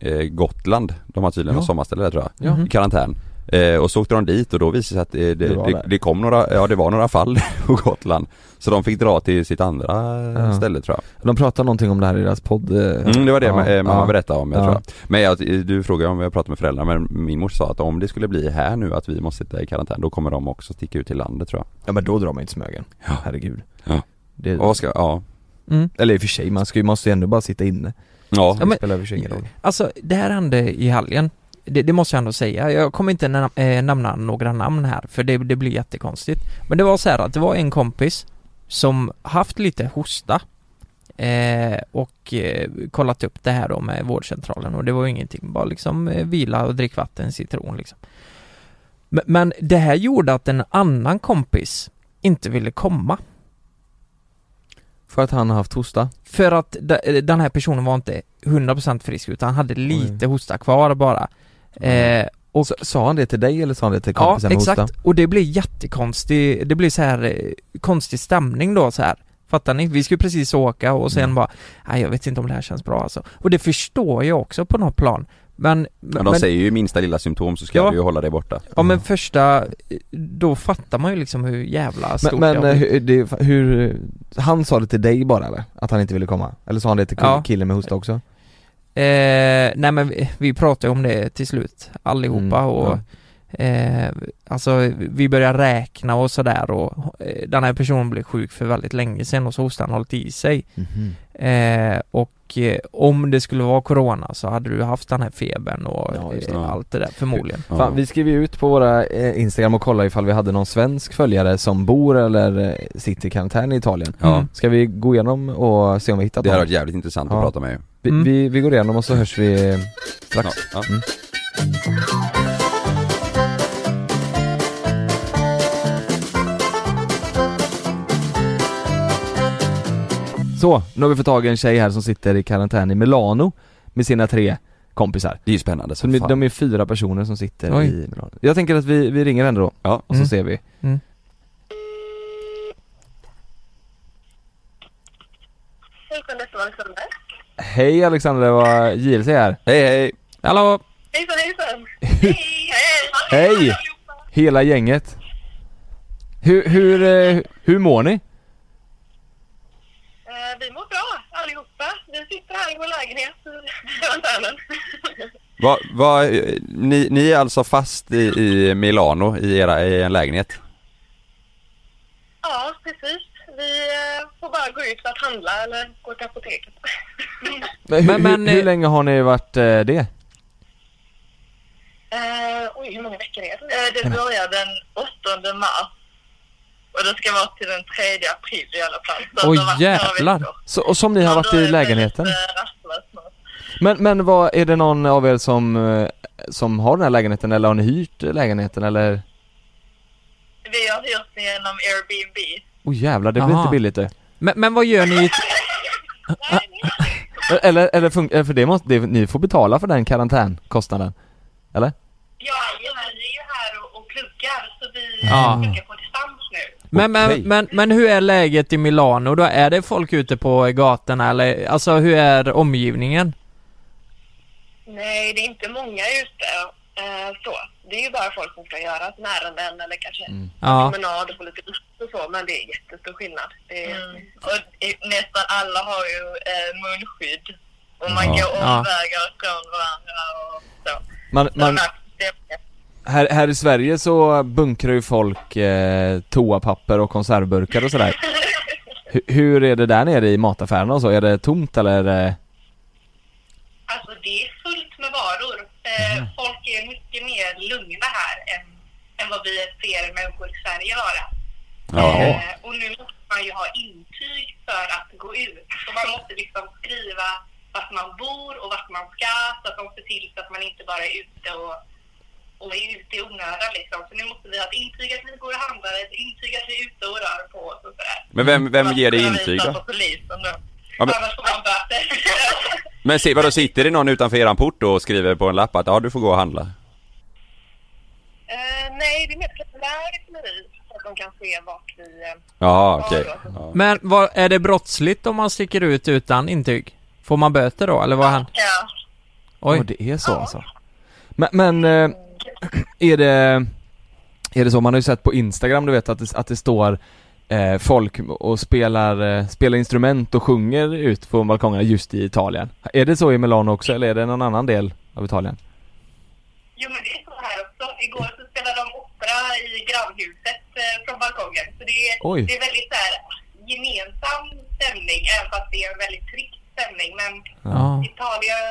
[SPEAKER 3] eh, Gotland, de har tydligen
[SPEAKER 2] Ja.
[SPEAKER 3] något sommarställe där tror jag,
[SPEAKER 2] Ja.
[SPEAKER 3] i karantän eh, och så åkte de dit och då visade det sig att eh,
[SPEAKER 2] Det
[SPEAKER 3] det,
[SPEAKER 2] var
[SPEAKER 3] det,
[SPEAKER 2] där.
[SPEAKER 3] det, kom några, ja det var några fall på Gotland Så de fick dra till sitt andra eh,
[SPEAKER 2] Ja.
[SPEAKER 3] ställe tror jag
[SPEAKER 2] De pratar någonting om det här i deras podd eh,
[SPEAKER 3] Mm, det var det
[SPEAKER 2] ja,
[SPEAKER 3] ma- eh, mamma
[SPEAKER 2] ja.
[SPEAKER 3] berättade om, jag
[SPEAKER 2] Ja.
[SPEAKER 3] tror jag. Men jag, du frågade om jag pratade med föräldrarna, men min mor sa att om det skulle bli här nu att vi måste sitta i karantän, då kommer de också sticka ut till landet tror jag.
[SPEAKER 2] Ja men då drar man inte Smögen, herregud
[SPEAKER 3] Ja.
[SPEAKER 2] det,
[SPEAKER 3] Och vad ska, ja.
[SPEAKER 1] Mm.
[SPEAKER 2] Eller i och för sig, man ska, ju- måste ju ändå bara sitta inne
[SPEAKER 3] Ja.
[SPEAKER 2] Det
[SPEAKER 1] men-
[SPEAKER 2] spelar i och för sig ingen roll
[SPEAKER 1] Alltså, det här hände i helgen. Det, det måste jag ändå säga. Jag kommer inte nam- eh, nämna några namn här, för det, det blir jättekonstigt. Men det var så här att det var en kompis som haft lite hosta eh, och eh, kollat upp det här då med vårdcentralen och det var ju ingenting. Bara liksom eh, vila och drick vatten, citron liksom. Men, men det här gjorde att en annan kompis inte ville komma.
[SPEAKER 2] För att han har haft hosta?
[SPEAKER 1] För att de- den här personen var inte 100% frisk utan hade lite hosta kvar bara. Eh, och
[SPEAKER 2] Så, sa han det till dig eller sa han det till
[SPEAKER 1] ja,
[SPEAKER 2] kompisen med
[SPEAKER 1] exakt.
[SPEAKER 2] hosta?
[SPEAKER 1] Och det blir jättekonstig, det blir så här eh, konstig stämning då så här. Fattar ni? Vi skulle precis åka och sen
[SPEAKER 2] Mm.
[SPEAKER 1] bara, nej jag vet inte om det här känns bra alltså. Och det förstår jag också på något plan. Men,
[SPEAKER 3] Men
[SPEAKER 1] men,
[SPEAKER 3] de säger ju minsta lilla symptom så ska
[SPEAKER 1] Ja.
[SPEAKER 3] du ju hålla dig borta.
[SPEAKER 1] ja
[SPEAKER 2] Mm.
[SPEAKER 1] men första, eh, då fattar man ju liksom hur jävla stort
[SPEAKER 2] Men, men
[SPEAKER 1] det har
[SPEAKER 2] eh,
[SPEAKER 1] blivit.
[SPEAKER 2] hur, det, hur, han sa det till dig bara eller? Att han inte ville komma? Eller sa han det till
[SPEAKER 1] Ja.
[SPEAKER 2] killen med hosta också?
[SPEAKER 1] eh, Nej men vi, vi pratade ju om det till slut, allihopa
[SPEAKER 2] Mm,
[SPEAKER 1] och
[SPEAKER 2] ja.
[SPEAKER 4] Eh, alltså vi börjar räkna och sådär och eh, den här personen blev sjuk för väldigt länge sedan och så hostan hållit i sig.
[SPEAKER 2] Mhm.
[SPEAKER 4] Eh, och eh, om det skulle vara corona så hade du haft den här febern och
[SPEAKER 2] Ja, just
[SPEAKER 3] det.
[SPEAKER 4] eh, allt det där förmodligen.
[SPEAKER 3] Ja.
[SPEAKER 2] Fan, vi skrev ju ut på våra eh, Instagram och kollade ifall vi hade någon svensk följare som bor eller eh, sitter i karantän i Italien
[SPEAKER 3] Ja.
[SPEAKER 4] Mm.
[SPEAKER 2] Ska vi gå igenom och se om vi hittat
[SPEAKER 3] Det hade
[SPEAKER 2] någon?
[SPEAKER 3] varit jävligt intressant
[SPEAKER 2] Ja.
[SPEAKER 3] att prata med ju.
[SPEAKER 2] Vi,
[SPEAKER 4] Mm.
[SPEAKER 2] vi, vi går igenom och så hörs vi eh, strax
[SPEAKER 3] Ja.
[SPEAKER 2] Mm. Så, nu har vi fått tag i en tjej här som sitter i karantän i Milano med sina tre kompisar.
[SPEAKER 3] Det är ju spännande
[SPEAKER 2] Så
[SPEAKER 3] som
[SPEAKER 2] de,
[SPEAKER 3] fan.
[SPEAKER 2] de är fyra personer som sitter
[SPEAKER 4] Oj.
[SPEAKER 2] i Milano. Jag tänker att vi, vi ringer henne då
[SPEAKER 3] Ja.
[SPEAKER 2] och så
[SPEAKER 4] Mm.
[SPEAKER 2] ser vi.
[SPEAKER 4] Mm.
[SPEAKER 2] Hej Alexandra, det var JLC här.
[SPEAKER 3] Hej hej!
[SPEAKER 4] Hallå!
[SPEAKER 1] Eh,
[SPEAKER 2] Hej! Hela gänget. Hur, hur, eh, hur mår ni?
[SPEAKER 1] Vi mår bra allihopa. Vi sitter här i vår lägenhet i lanternen.
[SPEAKER 3] Va, va, eh, ni, ni är alltså fast i, i Milano i, era, i en lägenhet?
[SPEAKER 1] Ja, precis. Vi eh, får bara gå ut för att handla eller gå till apoteket.
[SPEAKER 2] Men, hur,
[SPEAKER 4] Men- men,
[SPEAKER 2] hur, hur
[SPEAKER 4] eh,
[SPEAKER 2] länge har ni varit eh, det?
[SPEAKER 1] Eh, Oj, hur många veckor är det? Eh, Det
[SPEAKER 4] Mm.
[SPEAKER 1] börjar den 8 mars. Och det ska vara till den 3 april i alla fall. Så
[SPEAKER 4] Oj,
[SPEAKER 1] det har varit några
[SPEAKER 4] jävlar.
[SPEAKER 1] veckor.
[SPEAKER 2] Så, och som ni har
[SPEAKER 1] Ja,
[SPEAKER 2] varit
[SPEAKER 1] då är
[SPEAKER 2] i
[SPEAKER 1] det
[SPEAKER 2] lägenheten?
[SPEAKER 1] lite rastlöst nu.
[SPEAKER 2] Men, men vad, är det någon av er som, eh, som har den här lägenheten eller har ni hyrt lägenheten eller?
[SPEAKER 1] Vi har hyrt den genom Airbnb.
[SPEAKER 2] Åh jävlar, det blir
[SPEAKER 4] Jaha.
[SPEAKER 2] inte billigt det.
[SPEAKER 4] Men, men vad gör ni i...
[SPEAKER 2] Eller, eller fun- eh, för det måste, det, ni får betala för den karantänkostnaden. Eller?
[SPEAKER 1] Ja, vi är ju här och, och pluggar så vi
[SPEAKER 4] Ja.
[SPEAKER 1] pluggar på distans nu.
[SPEAKER 4] Men, men,
[SPEAKER 3] Okej.
[SPEAKER 4] men, men hur är läget i Milano då? Är det folk ute på gatorna eller alltså hur är omgivningen?
[SPEAKER 1] Nej, det är inte många ute. Eh, så. Det är ju bara folk som ska göra sina ärenden eller kanske
[SPEAKER 4] Ja.
[SPEAKER 1] promenad och få lite luft och så. Men det är jättestor skillnad. Och nästan alla har ju eh, munskydd. Och man går omvägar från varandra och så.
[SPEAKER 2] Man, man, här, här i Sverige så bunkrar ju folk eh, toapapper och konservburkar och sådär. Hur, hur är det där nere i mataffärerna och så? Är det tomt eller? eh? är det-
[SPEAKER 1] Alltså det är fullt med varor. Eh, Folk är mycket mer lugna här än, än vad vi ser människor i Sverige vara.
[SPEAKER 3] Ja.
[SPEAKER 1] Eh, och nu måste man ju ha intyg för att gå ut. Så man måste liksom skriva vart man bor och vart man ska så att de ser till så att man inte bara är ute och, och är ute i onödan liksom. Så nu måste vi ha ett intyg att vi går och handlar, ett intyg att vi är ute och rör på oss och sådär.
[SPEAKER 3] Men vem, vem
[SPEAKER 1] Man
[SPEAKER 3] ger dig
[SPEAKER 1] ska
[SPEAKER 3] intyg
[SPEAKER 1] visa
[SPEAKER 3] då?
[SPEAKER 1] på Polisen då.
[SPEAKER 3] Ja, men-
[SPEAKER 1] Annars får man böter.
[SPEAKER 3] Men se, vadå, sitter det någon utanför eran port och skriver på en lapp att ja du får gå och handla?
[SPEAKER 1] Eh, nej, det är mer preliminärt hyckleri så att de kan se vart vi... eh,
[SPEAKER 3] Ja okej. Ja.
[SPEAKER 4] Men vad, är det brottsligt om man sticker ut utan intyg? Får man böter då eller vad han?
[SPEAKER 1] Ja.
[SPEAKER 2] Oj.
[SPEAKER 4] Oj.
[SPEAKER 2] det är så alltså. Men, men eh, är det Är det så, man har ju sett på Instagram du vet att det, att det står eh, folk och spelar, eh, spelar instrument och sjunger ut på balkongerna just i Italien. Är det så i Milano också eller är det någon annan del av Italien?
[SPEAKER 1] Jo, men det är så här också. Igår så spelade de opera i grannhuset eh, från balkongen. Så det är,
[SPEAKER 2] Oj.
[SPEAKER 1] det är väldigt så här, gemensam stämning, även fast det är en väldigt tryckt stämning. Men
[SPEAKER 4] Ja.
[SPEAKER 1] Italien,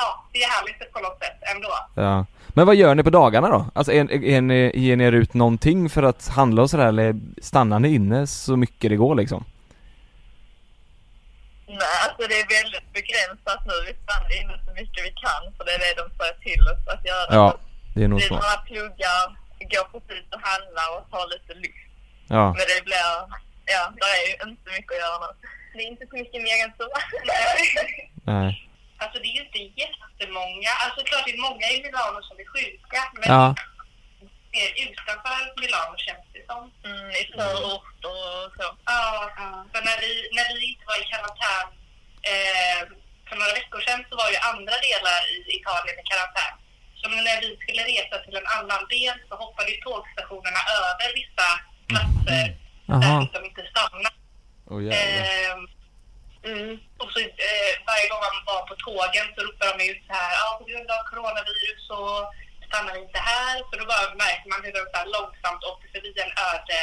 [SPEAKER 1] ja, det är härligt på något sätt ändå.
[SPEAKER 2] Ja. Men vad gör ni på dagarna då? Alltså är, är ni, ger ni er ut någonting för att handla och sådär eller stannar ni inne så mycket det går liksom?
[SPEAKER 1] Nej, alltså det är väldigt begränsat nu. Vi stannar inne så mycket vi kan, för det är det de säger till oss att göra.
[SPEAKER 2] Ja, det är nog
[SPEAKER 1] Vi
[SPEAKER 2] så.
[SPEAKER 1] bara pluggar, går precis och handlar och tar lite lyx.
[SPEAKER 2] Ja.
[SPEAKER 1] Men det blir, ja, det är ju inte mycket att göra nu. Det är inte så mycket mer än så.
[SPEAKER 2] Nej.
[SPEAKER 1] alltså det är ju inte jättemånga. Alltså klart det är många i Milano som är sjuka, men
[SPEAKER 4] Ja.
[SPEAKER 1] mer utanför Milano känns det som. Mm, I förort och så. Ja, för när vi, när vi inte var i karantän eh, för några veckor sedan så var ju andra delar i Italien i karantän. Så när vi skulle resa till en annan del så hoppade ju tågstationerna över vissa platser där
[SPEAKER 4] Mm. Jaha.
[SPEAKER 1] de inte stannade.
[SPEAKER 2] Oh,
[SPEAKER 1] Ehm, mm. Och så eh, varje gång man var på tågen så ropade de ut så här, ja på grund av coronavirus så stannar inte här. Så då bara märker man hur de så här långsamt åker förbi en öde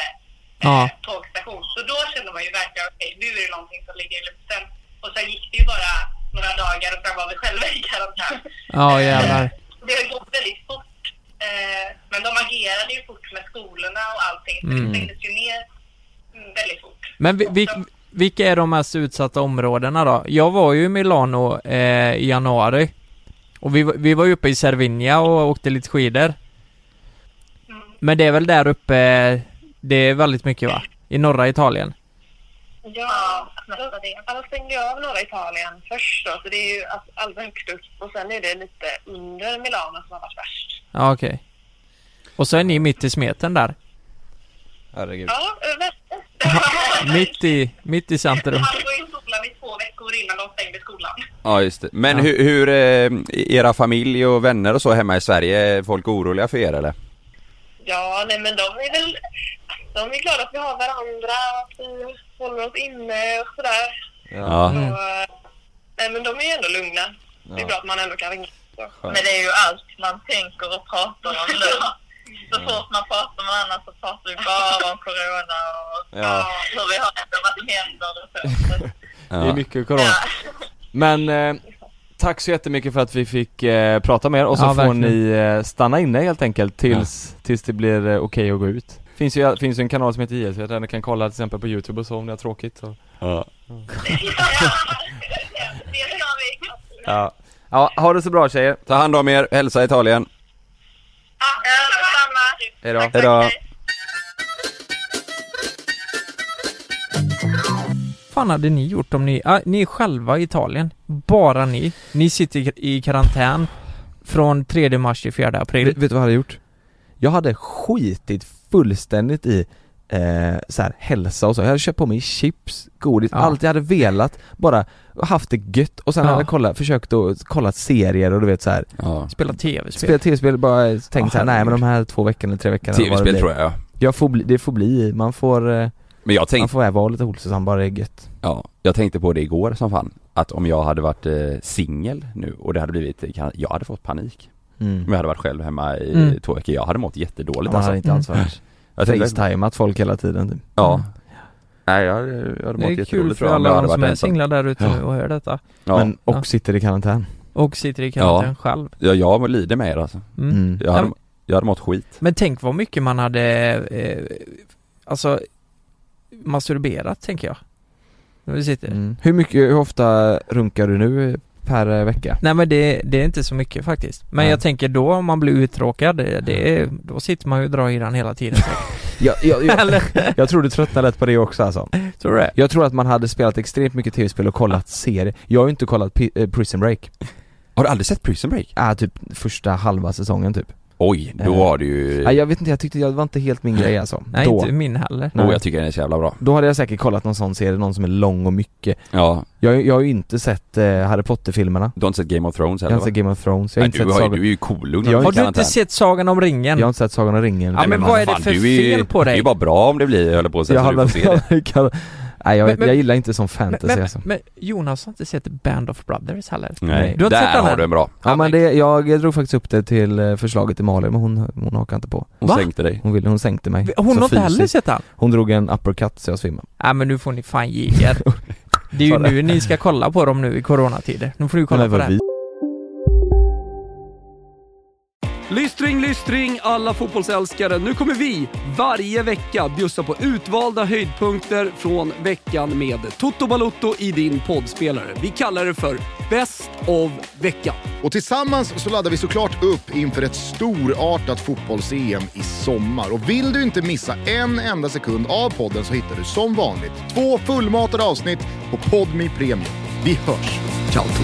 [SPEAKER 1] eh,
[SPEAKER 5] Ja.
[SPEAKER 1] tågstation. Så då kände man ju verkligen okej, nu är det någonting som ligger i luften. Och sen gick det ju bara några dagar och sen var vi själva i karantän. Ehm,
[SPEAKER 5] Ja jävlar.
[SPEAKER 1] Det har gått väldigt fort. Eh, men de agerade ju fort med skolorna och allting. Så
[SPEAKER 5] Mm.
[SPEAKER 1] det stängdes ju ner mm, väldigt fort.
[SPEAKER 5] Men vi, vi, vilka är de mest utsatta områdena då? Jag var ju i Milano eh, i januari. Och vi, var- vi var ju uppe i Cervinia och åkte lite skidor.
[SPEAKER 1] Mm.
[SPEAKER 5] Men det är väl där uppe, det är väldigt mycket va? I norra Italien?
[SPEAKER 1] Ja, annars stängde jag av norra Italien först då, så det är ju alltså, allra högst upp och sen är det lite under Milano som har varit värst.
[SPEAKER 5] Ja okej. Och så är ni mitt i smeten där.
[SPEAKER 6] Herregud.
[SPEAKER 1] Ja, eh, värst.
[SPEAKER 5] Mitt i, mitt i centrum.
[SPEAKER 1] Han var i skolan i två veckor innan de stängde skolan.
[SPEAKER 3] Ja just det. Men hur, hur eh, era familj och vänner och så hemma i Sverige, är folk oroliga för er eller?
[SPEAKER 1] Ja, nej men de är väl... De är glada att vi har varandra, att vi håller oss inne och sådär.
[SPEAKER 3] Ja.
[SPEAKER 5] Mm.
[SPEAKER 1] Så, eh, nej men de är ju ändå lugna. Det är
[SPEAKER 3] Ja.
[SPEAKER 1] bra att man ändå kan ringa. Men det är ju allt man tänker och pratar om lugnt. Så fort man pratar med andra så pratar vi bara om corona och
[SPEAKER 6] Ja.
[SPEAKER 1] hur vi har det och vad som händer och så.
[SPEAKER 6] Det är mycket corona. Men eh, tack så jättemycket för att vi fick eh, prata med er och så
[SPEAKER 5] Ja,
[SPEAKER 6] får
[SPEAKER 5] verkligen.
[SPEAKER 6] ni eh, stanna inne helt enkelt tills, tills det blir eh, okej att gå ut. Finns ju, finns ju en kanal som heter JSV där ni kan kolla till exempel på Youtube och så om ni har tråkigt. Så.
[SPEAKER 3] Ja.
[SPEAKER 6] ja. Ja, ha det så bra tjejer.
[SPEAKER 3] Ta hand om er, hälsa Italien.
[SPEAKER 6] Hejdå.
[SPEAKER 3] Hejdå.
[SPEAKER 5] fan hade ni gjort om ni, ah, ni är själva i Italien? Bara ni? Ni sitter i- i karantän från 3 mars till 4 april.
[SPEAKER 2] Vet, vet du vad jag hade gjort? Jag hade skitit fullständigt i eh, så här, hälsa och så. Jag hade köpt på mig chips, godis,
[SPEAKER 5] Ja.
[SPEAKER 2] allt jag hade velat. Bara haft det gött och sen
[SPEAKER 5] Ja.
[SPEAKER 2] hade jag kollat, försökt att kolla serier och du vet så här.
[SPEAKER 3] Ja.
[SPEAKER 5] Spela tv-spel.
[SPEAKER 2] Spela tv-spel, bara tänkt så här, nej men
[SPEAKER 5] herregud.
[SPEAKER 2] de här två veckorna, tre veckorna eller vad det
[SPEAKER 3] Tv-spel
[SPEAKER 2] blir.
[SPEAKER 3] tror jag ja.
[SPEAKER 2] jag får bli, Det får bli, man får, eh,
[SPEAKER 3] Men jag
[SPEAKER 2] man
[SPEAKER 3] tänkte,
[SPEAKER 2] får vara- vara lite holsam bara det är gött.
[SPEAKER 3] ja, jag tänkte på det igår som fan. Att om jag hade varit eh, singel nu och det hade blivit, eh, jag hade fått panik.
[SPEAKER 2] Mm.
[SPEAKER 3] Om jag hade varit själv hemma i
[SPEAKER 5] Mm.
[SPEAKER 3] två veckor, jag hade mått jättedåligt
[SPEAKER 2] Man
[SPEAKER 3] alltså.
[SPEAKER 2] hade inte alls varit
[SPEAKER 3] Jag tänkte,
[SPEAKER 2] facetimat folk hela tiden typ.
[SPEAKER 3] ja. Nej jag hade, jag hade mått
[SPEAKER 5] Det är kul
[SPEAKER 3] jättedåligt
[SPEAKER 5] för
[SPEAKER 3] tror jag om
[SPEAKER 5] alla
[SPEAKER 3] jag
[SPEAKER 5] de
[SPEAKER 3] hade
[SPEAKER 5] som
[SPEAKER 3] varit
[SPEAKER 5] är
[SPEAKER 3] ensam.
[SPEAKER 5] singlar där ute
[SPEAKER 3] Ja.
[SPEAKER 5] nu och hör detta.
[SPEAKER 3] Ja.
[SPEAKER 2] Men, och
[SPEAKER 5] Ja.
[SPEAKER 2] sitter i karantän.
[SPEAKER 5] Och sitter i karantän
[SPEAKER 3] Ja.
[SPEAKER 5] själv.
[SPEAKER 3] Ja, jag lider med er alltså.
[SPEAKER 5] Mm.
[SPEAKER 2] Mm.
[SPEAKER 3] Jag
[SPEAKER 5] Ja,
[SPEAKER 3] hade,
[SPEAKER 5] men-
[SPEAKER 3] jag hade mått skit.
[SPEAKER 5] Men tänk vad mycket man hade, eh, alltså, masturberat tänker jag. När vi sitter.
[SPEAKER 2] Mm. Hur mycket, hur ofta runkar du nu per eh, vecka?
[SPEAKER 5] Nej men det, det är inte så mycket faktiskt. Men
[SPEAKER 2] Nej.
[SPEAKER 5] jag tänker då om man blir uttråkad, det, det är, då sitter man ju och drar i den hela tiden.
[SPEAKER 2] Jag, jag, jag,
[SPEAKER 5] Eller?
[SPEAKER 2] jag tror du tröttnar lätt på det också alltså.
[SPEAKER 5] Tror du det?
[SPEAKER 2] Jag tror att man hade spelat extremt mycket tv-spel och kollat serier. Jag har ju inte kollat Pi- eh, Prison Break.
[SPEAKER 3] Har du aldrig sett Prison Break?
[SPEAKER 2] Äh, typ första halva säsongen typ.
[SPEAKER 3] Oj, då
[SPEAKER 2] Eh.
[SPEAKER 3] har du ju...
[SPEAKER 2] Äh, jag vet inte, jag tyckte jag det var inte helt min grej alltså.
[SPEAKER 5] Nej
[SPEAKER 2] då.
[SPEAKER 5] inte min heller.
[SPEAKER 3] Åh,
[SPEAKER 2] Nej.
[SPEAKER 3] Oh, jag tycker den är så jävla bra.
[SPEAKER 2] Då hade jag säkert kollat någon sån serie, någon som är lång och mycket.
[SPEAKER 3] Ja,
[SPEAKER 2] Jag, jag har ju inte sett eh, Harry Potter-filmerna.
[SPEAKER 3] du har inte sett Game of Thrones
[SPEAKER 2] Jag
[SPEAKER 3] heller
[SPEAKER 2] har
[SPEAKER 3] va?
[SPEAKER 2] inte sett Game of Thrones, jag har
[SPEAKER 3] Nej,
[SPEAKER 2] inte sett
[SPEAKER 3] du, har, ju-
[SPEAKER 2] Sagan,
[SPEAKER 3] du är ju kolugn
[SPEAKER 2] Jag har
[SPEAKER 3] i
[SPEAKER 5] Har du inte
[SPEAKER 3] karantän.
[SPEAKER 5] sett Sagan om ringen?
[SPEAKER 2] jag har inte sett Sagan om ringen.
[SPEAKER 5] Ja, men vad är det
[SPEAKER 3] Fan,
[SPEAKER 5] för
[SPEAKER 3] du är ju-
[SPEAKER 5] fel på
[SPEAKER 3] Det är
[SPEAKER 5] dig?
[SPEAKER 3] ju bara bra om det blir, jag höll på att säga,
[SPEAKER 2] jag
[SPEAKER 3] så du
[SPEAKER 2] hamnar
[SPEAKER 3] får se det.
[SPEAKER 2] i kar- Nej jag,
[SPEAKER 5] Men-
[SPEAKER 2] vet,
[SPEAKER 5] men-
[SPEAKER 2] jag gillar inte sån
[SPEAKER 5] men,
[SPEAKER 2] fantasy
[SPEAKER 5] men,
[SPEAKER 2] alltså.
[SPEAKER 5] men Jonas har inte sett Band of Brothers heller.
[SPEAKER 3] Nej,
[SPEAKER 5] Du har inte sett
[SPEAKER 3] där
[SPEAKER 5] den
[SPEAKER 3] har
[SPEAKER 5] här?
[SPEAKER 3] du en bra.
[SPEAKER 2] Ja men det, jag drog faktiskt upp det till eh, förslaget till Malin men hon, hon hakade inte på.
[SPEAKER 3] Hon
[SPEAKER 5] Va?
[SPEAKER 3] sänkte dig.
[SPEAKER 2] Hon ville, hon sänkte mig.
[SPEAKER 5] Hon
[SPEAKER 2] Så
[SPEAKER 5] har inte heller
[SPEAKER 2] fysiskt.
[SPEAKER 5] sett den?
[SPEAKER 2] Hon drog en uppercut så jag svimmade.
[SPEAKER 5] Nej men nu får ni fan ge er. Det är ju
[SPEAKER 2] Sorry.
[SPEAKER 5] nu ni ska kolla på dem nu i coronatider. Nu får du kolla på det. här.
[SPEAKER 7] Lystring, lystring alla fotbollsälskare. Nu kommer vi varje vecka bjussa på utvalda höjdpunkter från veckan med Toto Balotto i din poddspelare. Vi kallar det för Best of veckan.
[SPEAKER 8] Och tillsammans så laddar vi såklart upp inför ett storartat fotbolls-EM i sommar. Och vill du inte missa en enda sekund av podden så hittar du som vanligt två fullmatade avsnitt på Podmi Premium. Vi hörs!
[SPEAKER 7] Ciao Toto.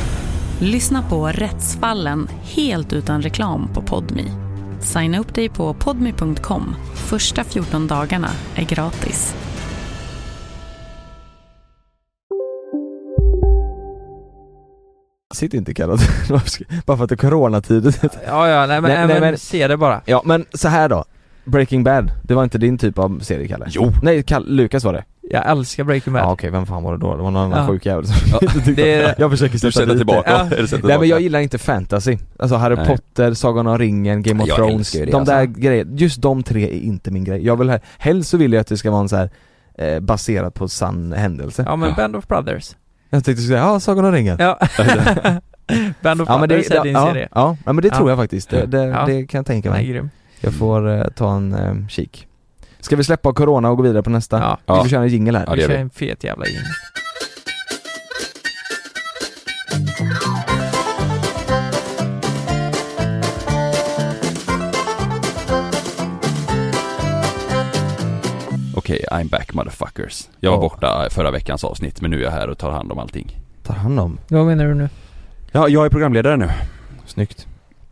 [SPEAKER 9] Lyssna på Rättsfallen helt utan reklam på Podmi. Signa upp dig på podmi.com. Första 14 dagarna är gratis.
[SPEAKER 2] Sitt inte kallat bara för att det är coronatider
[SPEAKER 1] Ja, ja, nej men, nej, men se det bara
[SPEAKER 2] Ja men så här då, Breaking Bad, det var inte din typ av serie Kalle? Jo! Nej, Kal- Lukas var det
[SPEAKER 1] Jag älskar Breaking Bad
[SPEAKER 2] Ja okej, vem fan var det då? Det var någon annan
[SPEAKER 1] Ja.
[SPEAKER 2] sjuk jävel som
[SPEAKER 1] Ja,
[SPEAKER 2] inte tyckte
[SPEAKER 1] det är-
[SPEAKER 2] om Jag försöker
[SPEAKER 1] Du
[SPEAKER 2] sätta
[SPEAKER 1] känner
[SPEAKER 2] dit det.
[SPEAKER 1] tillbaka.
[SPEAKER 2] Ja.
[SPEAKER 1] Du sätter
[SPEAKER 2] Nej
[SPEAKER 1] tillbaka.
[SPEAKER 2] men jag gillar inte fantasy Alltså Harry
[SPEAKER 1] Nej.
[SPEAKER 2] Potter, Sagan om ringen, Game of
[SPEAKER 1] Jag
[SPEAKER 2] Thrones,
[SPEAKER 1] älskar ju det,
[SPEAKER 2] de
[SPEAKER 1] alltså.
[SPEAKER 2] där grejerna, just de tre är inte min grej Jag vill, he- helst så vill jag att det ska vara en så här eh, baserad på sann händelse
[SPEAKER 1] Ja men Band of Brothers
[SPEAKER 2] Jag tänkte du skulle säga, ja Sagan om ringen
[SPEAKER 1] Ja Band of
[SPEAKER 2] Ja, men det-
[SPEAKER 1] Brothers är din
[SPEAKER 2] ja,
[SPEAKER 1] serie
[SPEAKER 2] ja, ja, men det tror jag faktiskt. Det- det- det kan jag tänka mig.
[SPEAKER 1] Den är grym
[SPEAKER 2] Jag får eh, ta en eh, kik Ska vi släppa corona och gå vidare på nästa?
[SPEAKER 1] Ja.
[SPEAKER 2] Vi
[SPEAKER 1] Ja.
[SPEAKER 2] får köra en jingel här
[SPEAKER 1] Ja, det gör vi. Vi kör en fet jävla jingel
[SPEAKER 3] Okej, I'm back motherfuckers. Jag var borta förra veckans avsnitt men nu är jag här och tar hand om allting.
[SPEAKER 2] Tar hand om?
[SPEAKER 1] Vad menar du nu?
[SPEAKER 3] Ja, jag är programledare nu.
[SPEAKER 2] Snyggt.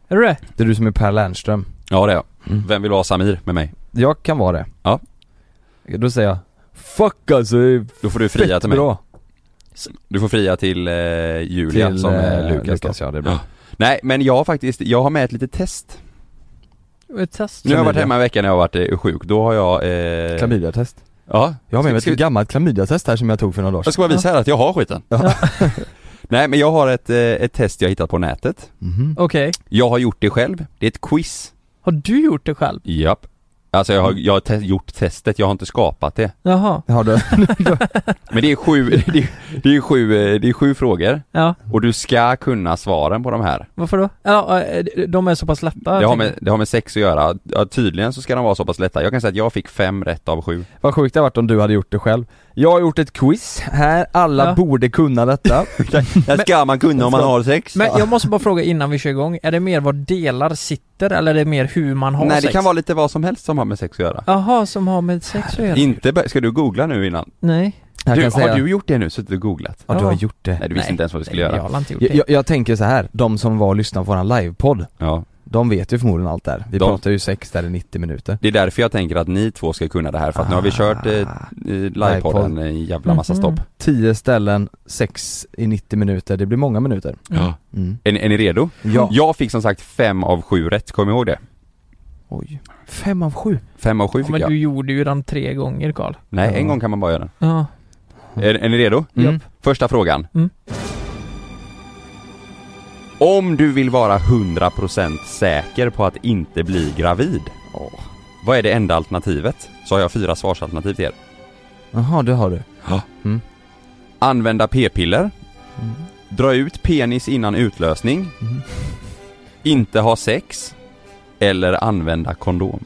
[SPEAKER 1] Är du det?
[SPEAKER 2] Det är du som är Per Lernström
[SPEAKER 3] Ja det är jag. Vem vill vara Samir med mig?
[SPEAKER 2] Jag kan vara det
[SPEAKER 3] Mm. Ja.
[SPEAKER 2] Då säger jag Fuck alltså det är
[SPEAKER 3] Då får du fria
[SPEAKER 2] fett
[SPEAKER 3] till mig.
[SPEAKER 2] bra.
[SPEAKER 3] Du får fria till eh, Julia
[SPEAKER 2] Till,
[SPEAKER 3] som är
[SPEAKER 2] eh,
[SPEAKER 3] Lukas,
[SPEAKER 2] Lukas,
[SPEAKER 3] då.
[SPEAKER 2] ja, det är bra.
[SPEAKER 3] Nej men jag har faktiskt, jag har med ett litet test.
[SPEAKER 1] Ett test
[SPEAKER 3] Nu har jag varit hemma en vecka när jag har varit eh, sjuk, då har jag... Eh...
[SPEAKER 2] Klamydiatest
[SPEAKER 3] Ja.
[SPEAKER 2] Jag har med mig
[SPEAKER 3] Ska-
[SPEAKER 2] ett gammalt klamydiatest här som jag tog för några dagar
[SPEAKER 3] Jag ska bara visa här att jag har skiten. Nej men jag har ett, eh, ett test jag har hittat på nätet.
[SPEAKER 2] Mhm.
[SPEAKER 1] Okej
[SPEAKER 3] Jag har gjort det själv, det är ett quiz.
[SPEAKER 1] Har du gjort det själv?
[SPEAKER 3] Japp. Alltså jag har, jag har te- gjort testet, jag har inte skapat det.
[SPEAKER 1] Jaha
[SPEAKER 2] Har du?
[SPEAKER 3] Men det är sju, det är, det är sju, eh, det är sju frågor.
[SPEAKER 1] Ja.
[SPEAKER 3] Och du ska kunna svaren på de här.
[SPEAKER 1] Varför då? Ja, eh, de är så pass lätta
[SPEAKER 3] Det har,
[SPEAKER 1] tänker
[SPEAKER 3] med, det har med sex att göra. Ja, tydligen så ska de vara så pass lätta. Jag kan säga att jag fick fem rätt av sju.
[SPEAKER 2] Vad sjukt det hade varit om du hade gjort det själv Jag har gjort ett quiz här, alla
[SPEAKER 1] Ja.
[SPEAKER 2] borde kunna detta
[SPEAKER 3] Det ska man kunna om man har sex
[SPEAKER 1] Men jag måste bara fråga innan vi kör igång, är det mer vad delar sitter eller är det mer hur man har
[SPEAKER 3] Nej
[SPEAKER 1] sex?
[SPEAKER 3] det kan vara lite vad som helst som har med sex att göra.
[SPEAKER 1] Jaha, som har med sex att göra?
[SPEAKER 3] Inte, bör- ska du googla nu innan?
[SPEAKER 1] Nej
[SPEAKER 2] Jag
[SPEAKER 3] Du,
[SPEAKER 2] kan säga-
[SPEAKER 3] har du gjort det nu? Suttit och googlat?
[SPEAKER 2] Ja, du har gjort det.
[SPEAKER 3] Nej du visste
[SPEAKER 2] Nej,
[SPEAKER 3] inte ens vad du skulle
[SPEAKER 2] nej,
[SPEAKER 3] göra.
[SPEAKER 2] jag har inte gjort Jag, jag, jag tänker så här, de som var och lyssnade på våran livepodd
[SPEAKER 3] Ja.
[SPEAKER 2] De vet ju förmodligen allt där, vi
[SPEAKER 3] De-
[SPEAKER 2] pratar ju sex där i 90 minuter
[SPEAKER 3] Det är därför jag tänker att ni två ska kunna det här för att nu
[SPEAKER 2] Ah.
[SPEAKER 3] har vi kört eh, eh, livepodden en jävla massa
[SPEAKER 1] Mhm.
[SPEAKER 3] stopp.
[SPEAKER 2] 10 ställen, 6 i 90 minuter, det blir många minuter
[SPEAKER 3] Ja.
[SPEAKER 2] Mm.
[SPEAKER 3] Är, ni- är ni redo?
[SPEAKER 2] Ja.
[SPEAKER 3] Jag fick som sagt fem av sju rätt, kom ihåg det.
[SPEAKER 2] Oj Fem av sju
[SPEAKER 3] Fem av sju
[SPEAKER 1] Ja,
[SPEAKER 3] fick
[SPEAKER 1] men
[SPEAKER 3] jag.
[SPEAKER 1] du gjorde ju den tre gånger Karl
[SPEAKER 3] Nej, en
[SPEAKER 1] Ja.
[SPEAKER 3] gång kan man bara göra den.
[SPEAKER 1] Ja,
[SPEAKER 3] Är, är ni redo?
[SPEAKER 1] Mm.
[SPEAKER 3] Första frågan.
[SPEAKER 1] Mm.
[SPEAKER 3] Om du vill vara 100% säker på att inte bli gravid, vad är det enda alternativet? Så har jag fyra svarsalternativ till er.
[SPEAKER 2] Jaha, det har du Mm.
[SPEAKER 3] Använda p-piller. Dra ut penis innan utlösning.
[SPEAKER 2] Mm.
[SPEAKER 3] Inte ha sex. Eller använda kondom.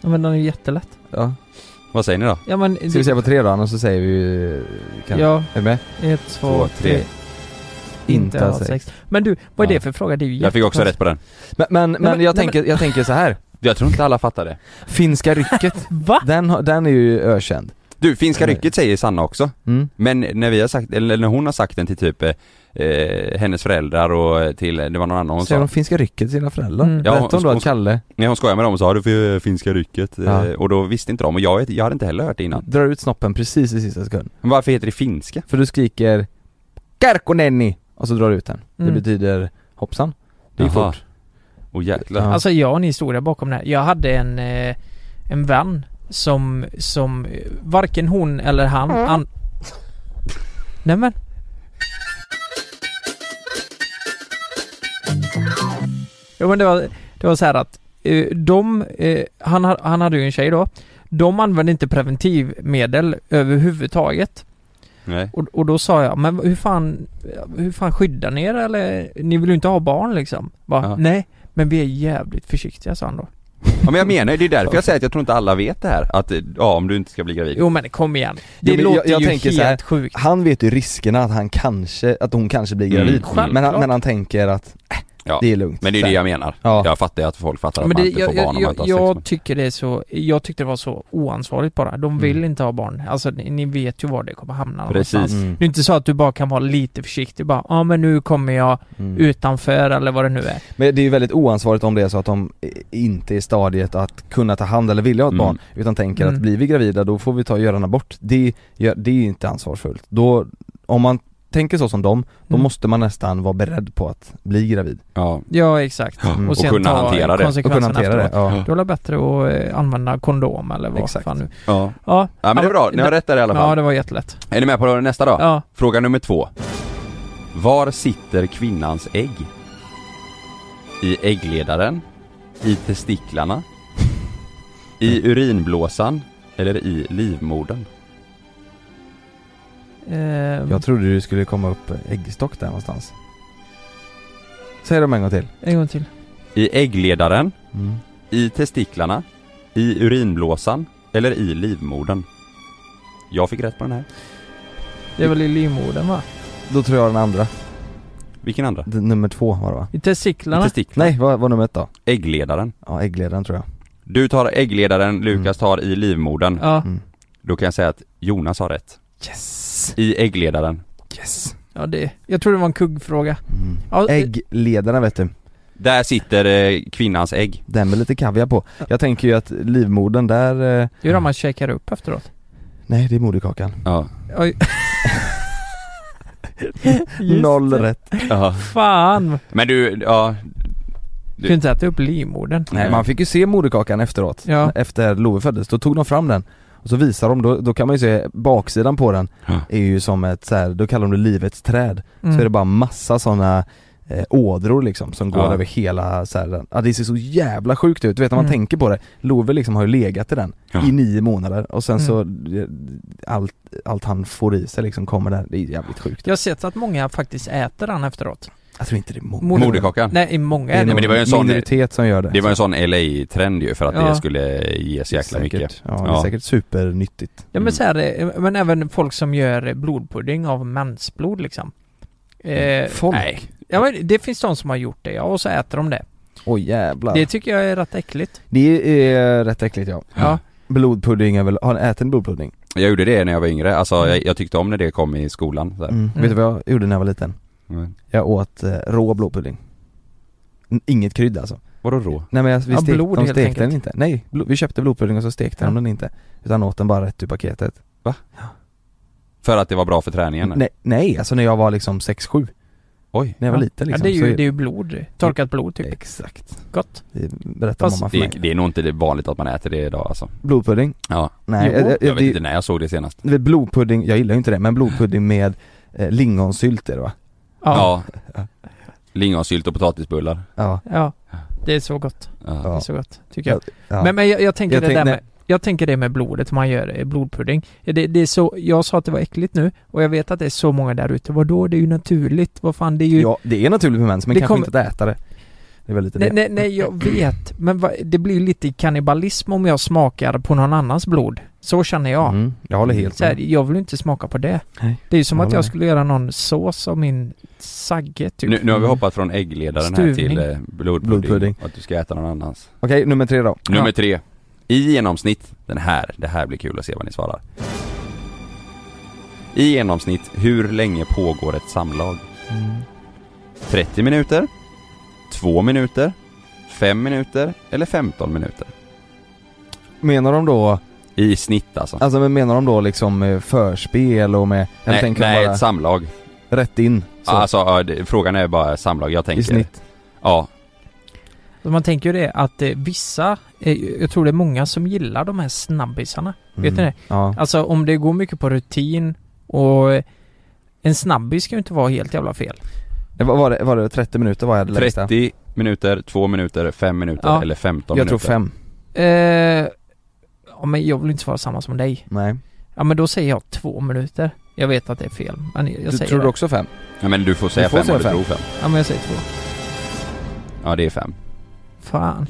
[SPEAKER 1] Ja, men den är ju jättelätt
[SPEAKER 2] Ja
[SPEAKER 3] Vad säger ni då?
[SPEAKER 1] Ja men... eh,
[SPEAKER 2] Ska vi säga på tre då, annars så säger vi kan,
[SPEAKER 1] Ja.
[SPEAKER 2] Är du med?
[SPEAKER 1] Ett, två, tre. Inte ha sex. Men du, vad är det för fråga? Det är ju
[SPEAKER 3] Jag fick också
[SPEAKER 1] jättekonstigt.
[SPEAKER 3] rätt på den.
[SPEAKER 2] Men, men, men,
[SPEAKER 1] men-
[SPEAKER 2] jag,
[SPEAKER 1] nej,
[SPEAKER 2] tänker,
[SPEAKER 1] men-
[SPEAKER 2] jag tänker så här.
[SPEAKER 3] Jag tror inte alla fattar det.
[SPEAKER 2] Finska rycket, den, har- den är ju ökänd Mm.
[SPEAKER 3] Du, Finska rycket säger Sanna också. Men när vi har sagt, eller när hon har sagt den till typ eh, eh, hennes föräldrar och till, det var någon annan hon
[SPEAKER 2] Säger
[SPEAKER 3] sa.
[SPEAKER 2] de finska rycket till sina föräldrar?
[SPEAKER 3] Mm. Ja,
[SPEAKER 2] Berätta
[SPEAKER 3] hon-
[SPEAKER 2] om du
[SPEAKER 3] hon-
[SPEAKER 2] att Kalle
[SPEAKER 3] Nej hon skojade med dem och sa "Ja, du får ju Finska rycket.
[SPEAKER 2] Ja.
[SPEAKER 3] Eh, och då visste inte de och jag, vet- jag hade inte heller hört det innan.
[SPEAKER 2] drar ut snoppen precis i sista sekund
[SPEAKER 3] Men varför heter det finska?
[SPEAKER 2] För du skriker 'Kärkonenni' och så drar du ut den
[SPEAKER 1] Mm.
[SPEAKER 2] Det betyder hoppsan Det är
[SPEAKER 3] Jaha.
[SPEAKER 2] fort
[SPEAKER 3] Åh jäklar.
[SPEAKER 1] Alltså jag har en historia bakom det här. Jag hade en, eh, en vän som, som eh, varken hon eller han an... Nämen. Jo men det var, det var så här att eh, de, eh, han, ha- han hade ju en tjej då. De använde inte preventivmedel överhuvudtaget.
[SPEAKER 3] Nej.
[SPEAKER 8] Och, och då sa jag, men hur fan, hur fan skyddar ni er eller? Ni vill ju inte ha barn liksom? Bara,
[SPEAKER 3] Ja.
[SPEAKER 8] Nej, men vi är jävligt försiktiga sa han då.
[SPEAKER 3] Ja men jag menar ju, det är därför jag säger att jag tror inte alla vet det här. Att, eh, ja om du inte ska bli gravid.
[SPEAKER 8] Jo men kom igen. Det
[SPEAKER 3] Jo, men jag-
[SPEAKER 8] låter
[SPEAKER 3] jag
[SPEAKER 8] ju
[SPEAKER 3] tänker
[SPEAKER 8] helt
[SPEAKER 3] så här,
[SPEAKER 8] sjukt.
[SPEAKER 2] Han vet ju riskerna att han kanske, att hon kanske blir
[SPEAKER 3] Mm.
[SPEAKER 2] gravid.
[SPEAKER 3] Självklart.
[SPEAKER 2] Men, han, men han tänker att, äh,
[SPEAKER 3] Ja.
[SPEAKER 2] det är lugnt.
[SPEAKER 3] Men det är ju det jag menar. Jag fattar ju att folk fattar att
[SPEAKER 8] men
[SPEAKER 3] man
[SPEAKER 8] det,
[SPEAKER 3] inte får
[SPEAKER 8] jag,
[SPEAKER 3] barn om
[SPEAKER 8] jag,
[SPEAKER 3] man inte
[SPEAKER 8] jag,
[SPEAKER 3] har sex.
[SPEAKER 8] jag tycker det är så, jag tyckte det var så oansvarigt bara. De vill
[SPEAKER 2] Mm.
[SPEAKER 8] inte ha barn. Alltså ni, ni vet ju var det kommer hamna
[SPEAKER 3] Precis.
[SPEAKER 8] någonstans.
[SPEAKER 3] Mm.
[SPEAKER 8] Det är inte så att du bara kan vara lite försiktig bara, ja ah, men nu kommer jag
[SPEAKER 2] mm.
[SPEAKER 8] utanför eller vad det nu är.
[SPEAKER 2] Men det är ju väldigt oansvarigt om det är så att de eh, inte är i stadiet att kunna ta hand eller vilja ha ett
[SPEAKER 8] Mm.
[SPEAKER 2] barn utan tänker
[SPEAKER 8] Mm.
[SPEAKER 2] att blir vi gravida då får vi ta och göra en abort. Det, gör- det är ju inte ansvarsfullt. Då, om man tänker så som dem, då
[SPEAKER 8] Mm.
[SPEAKER 2] måste man nästan vara beredd på att bli gravid.
[SPEAKER 3] Ja,
[SPEAKER 8] Ja exakt.
[SPEAKER 2] Mm.
[SPEAKER 8] Och, sen ta konsekvenserna
[SPEAKER 2] Och kunna hantera det,
[SPEAKER 8] efteråt.
[SPEAKER 2] ja.
[SPEAKER 8] Då är det bättre att eh, använda kondom eller vad
[SPEAKER 3] Exakt.
[SPEAKER 8] fan nu.
[SPEAKER 3] Ja.
[SPEAKER 8] Ja.
[SPEAKER 3] men det är bra, ni har rätt där i alla fall.
[SPEAKER 8] Ja det var jättelätt.
[SPEAKER 3] Är ni med på nästa då?
[SPEAKER 8] Ja.
[SPEAKER 3] Fråga nummer två. Var sitter kvinnans ägg? I äggledaren? I testiklarna? I urinblåsan? Eller i livmodern?
[SPEAKER 8] Ehm,
[SPEAKER 2] Jag trodde du skulle komma upp äggstock där någonstans. Säg dem en gång till.
[SPEAKER 8] En gång till.
[SPEAKER 3] I äggledaren?
[SPEAKER 2] Mm.
[SPEAKER 3] I testiklarna? I urinblåsan? Eller i livmodern? Jag fick rätt på den här.
[SPEAKER 8] Det är väl i livmodern va?
[SPEAKER 2] Då tror jag den andra.
[SPEAKER 3] Vilken andra?
[SPEAKER 2] D- nummer två var det va?
[SPEAKER 8] I testiklarna?
[SPEAKER 3] Testiklarna.
[SPEAKER 2] Nej, vad var nummer ett då?
[SPEAKER 3] Äggledaren.
[SPEAKER 2] Ja, äggledaren tror jag.
[SPEAKER 3] Du tar äggledaren, Lukas
[SPEAKER 8] Mm.
[SPEAKER 3] tar i livmodern.
[SPEAKER 8] Ja.
[SPEAKER 2] Mm.
[SPEAKER 3] Då kan jag säga att Jonas har rätt.
[SPEAKER 8] Yes!
[SPEAKER 3] I äggledaren.
[SPEAKER 2] Yes!
[SPEAKER 8] Ja det, jag tror det var en kuggfråga. Ja, eh,
[SPEAKER 2] Äggledarna vet du,
[SPEAKER 3] Där sitter eh, kvinnans ägg.
[SPEAKER 2] den med lite kaviar på. Jag tänker ju att livmodern där, eh,
[SPEAKER 8] Det är de man käkar upp efteråt.
[SPEAKER 2] nej det är moderkakan.
[SPEAKER 3] Ja.
[SPEAKER 8] Oj.
[SPEAKER 2] Noll rätt.
[SPEAKER 3] Ja.
[SPEAKER 8] Fan!
[SPEAKER 3] Men du, ja.
[SPEAKER 8] Du kunde inte äta upp livmodern.
[SPEAKER 2] Nej man fick ju se moderkakan efteråt,
[SPEAKER 8] Ja.
[SPEAKER 2] efter Love föddes. Då tog de fram den och så visar de, då, då kan man ju se baksidan på den är ju som ett så här, då kallar de det livets träd.
[SPEAKER 8] Mm.
[SPEAKER 2] Så är det bara massa sådana eh, ådror liksom som går
[SPEAKER 3] Ja.
[SPEAKER 2] över hela så här, den. ja, det ser så jävla sjukt ut, du vet när man
[SPEAKER 8] Mm.
[SPEAKER 2] tänker på det. Love liksom har ju legat i den
[SPEAKER 3] Ja.
[SPEAKER 2] i nio månader och sen så
[SPEAKER 8] Mm.
[SPEAKER 2] eh, allt, allt han får i sig liksom kommer där, det är jävligt sjukt.
[SPEAKER 8] Jag har sett att många faktiskt äter den efteråt.
[SPEAKER 2] Jag tror inte det är många.
[SPEAKER 8] Moder-
[SPEAKER 3] Moderkakan?
[SPEAKER 8] Nej, i många
[SPEAKER 2] Det är
[SPEAKER 8] äter
[SPEAKER 3] Nej, men det var ju en sån,
[SPEAKER 2] minoritet som gör det.
[SPEAKER 3] det var en sån LA-trend ju för att
[SPEAKER 8] Ja.
[SPEAKER 3] det skulle ge så jäkla
[SPEAKER 2] säkert, Mm.
[SPEAKER 3] mycket.
[SPEAKER 2] Ja, det är säkert supernyttigt.
[SPEAKER 8] Ja men så här, eh, men även folk som gör eh, blodpudding av mensblod liksom.
[SPEAKER 3] Mm.
[SPEAKER 8] Eh,
[SPEAKER 2] Folk?
[SPEAKER 3] Nej.
[SPEAKER 8] Ja men det finns de som har gjort det, ja, och så äter de det.
[SPEAKER 2] Oj jävlar.
[SPEAKER 8] Det tycker jag är rätt äckligt.
[SPEAKER 2] Det är eh, rätt äckligt ja.
[SPEAKER 8] Ja.
[SPEAKER 2] Blodpudding är väl, har ni ätit en blodpudding?
[SPEAKER 3] Jag gjorde det när jag var yngre, alltså
[SPEAKER 8] Mm.
[SPEAKER 3] jag, jag tyckte om när det kom i skolan. Så här. Mm.
[SPEAKER 2] Mm. Vet du vad jag gjorde när jag var liten?
[SPEAKER 3] Nej.
[SPEAKER 2] Jag åt eh, rå blodpudding. N- Inget krydda alltså.
[SPEAKER 3] Vadå rå?
[SPEAKER 2] Nej men jag, vi
[SPEAKER 8] Ja,
[SPEAKER 2] stek,
[SPEAKER 8] blod
[SPEAKER 2] de
[SPEAKER 8] helt
[SPEAKER 2] stekte den
[SPEAKER 8] enkelt.
[SPEAKER 2] inte. Nej, blo- vi köpte blodpudding och så stekte de
[SPEAKER 8] Ja.
[SPEAKER 2] den inte. Utan åt den bara rätt ur paketet.
[SPEAKER 3] För att det var bra för träningen?
[SPEAKER 2] Nej, nej, alltså när jag var liksom 6-7.
[SPEAKER 3] Oj.
[SPEAKER 2] När jag var liten
[SPEAKER 8] Ja,
[SPEAKER 2] liksom.
[SPEAKER 8] det, är
[SPEAKER 2] så
[SPEAKER 8] ju, det är ju blod, torkat blod typ.
[SPEAKER 2] Exakt.
[SPEAKER 8] Gott.
[SPEAKER 2] det berättade
[SPEAKER 8] Fast-
[SPEAKER 2] mamma för
[SPEAKER 3] Alltså, Det,
[SPEAKER 2] mig.
[SPEAKER 3] det är nog inte det vanligt att man äter det idag alltså.
[SPEAKER 2] Blodpudding?
[SPEAKER 3] Ja.
[SPEAKER 2] Nej, Jo. jag- jag-
[SPEAKER 3] jag vet
[SPEAKER 2] det-
[SPEAKER 3] inte när jag såg det senast.
[SPEAKER 2] Det är Blodpudding, jag gillar ju inte det, men blodpudding med eh, lingonsylt är det va?
[SPEAKER 3] Ja. Lingonsylt och potatisbullar.
[SPEAKER 2] Ja.
[SPEAKER 8] Ja, det är så gott.
[SPEAKER 3] Ja.
[SPEAKER 8] Det är så gott, tycker jag.
[SPEAKER 2] Ja.
[SPEAKER 8] Men, men jag, jag tänker
[SPEAKER 2] Jag
[SPEAKER 8] det
[SPEAKER 2] tänk-
[SPEAKER 8] där
[SPEAKER 2] nej.
[SPEAKER 8] med jag tänker det med blodet, man gör eh, blodpudding. Det, det är så, jag sa att det var äckligt nu och jag vet att det är så många där ute. Vadå, det är ju naturligt. Vad fan, det är ju...
[SPEAKER 2] Ja, det är naturligt med mens men
[SPEAKER 8] Det
[SPEAKER 2] kanske
[SPEAKER 8] kommer-
[SPEAKER 2] inte att äta det. Det är väl lite
[SPEAKER 8] nej,
[SPEAKER 2] det.
[SPEAKER 8] nej, nej, jag vet. Men va, det blir ju lite kannibalism om jag smakar på någon annans blod. Så känner jag.
[SPEAKER 2] Mm, jag håller helt
[SPEAKER 8] så här,
[SPEAKER 2] med.
[SPEAKER 8] Jag vill inte smaka på det.
[SPEAKER 2] Nej.
[SPEAKER 8] Det är ju som
[SPEAKER 2] Jag
[SPEAKER 8] att
[SPEAKER 2] håller
[SPEAKER 8] jag
[SPEAKER 2] med.
[SPEAKER 8] skulle göra någon sås av min sagge typ.
[SPEAKER 3] Nu, nu har vi hoppat från äggledaren här
[SPEAKER 8] Stuvning.
[SPEAKER 3] till eh, blodpudding,
[SPEAKER 2] Blodpudding.
[SPEAKER 3] och att du ska äta någon annans.
[SPEAKER 2] Okej, nummer tre då.
[SPEAKER 3] Nummer tre. I genomsnitt, den här, det här blir kul att se vad ni svarar. I genomsnitt, hur länge pågår ett samlag? 30 minuter? 2 minuter? 5 minuter? Eller 15 minuter?
[SPEAKER 2] Menar de då,
[SPEAKER 3] I snitt alltså.
[SPEAKER 2] alltså men menar de då liksom eh, förspel och med, eller
[SPEAKER 3] nej,
[SPEAKER 2] tänker
[SPEAKER 3] nej
[SPEAKER 2] de bara
[SPEAKER 3] ett samlag.
[SPEAKER 2] rätt in? Så,
[SPEAKER 3] Alltså, ja, det, frågan är bara samlag. Jag tänker...
[SPEAKER 2] I snitt?
[SPEAKER 3] Ja.
[SPEAKER 8] Så Man tänker ju det att eh, vissa, eh, jag tror det är många som gillar de här snabbisarna. Vet ni det?
[SPEAKER 2] Mm, Ja.
[SPEAKER 8] Alltså om det går mycket på rutin och eh, en snabbis kan ju inte vara helt jävla fel.
[SPEAKER 2] Det Eh, Var, var, det, var det 30 minuter var jag det längsta?
[SPEAKER 3] 30 minuter, 2 minuter, 5 minuter
[SPEAKER 8] Ja.
[SPEAKER 3] eller 15
[SPEAKER 2] Jag
[SPEAKER 3] minuter.
[SPEAKER 2] tror fem.
[SPEAKER 8] Eh, ja, men jag vill inte svara samma som dig.
[SPEAKER 2] Nej.
[SPEAKER 1] Ja men då säger jag två minuter. Jag vet att det är fel, men jag
[SPEAKER 3] Du
[SPEAKER 1] säger
[SPEAKER 3] tror
[SPEAKER 1] det.
[SPEAKER 2] också fem?
[SPEAKER 3] Ja men du får säga
[SPEAKER 1] Du
[SPEAKER 3] fem
[SPEAKER 1] får säga
[SPEAKER 3] om du tror
[SPEAKER 1] fem.
[SPEAKER 3] fem.
[SPEAKER 1] Ja men jag säger två.
[SPEAKER 3] Ja det är fem.
[SPEAKER 1] Fan.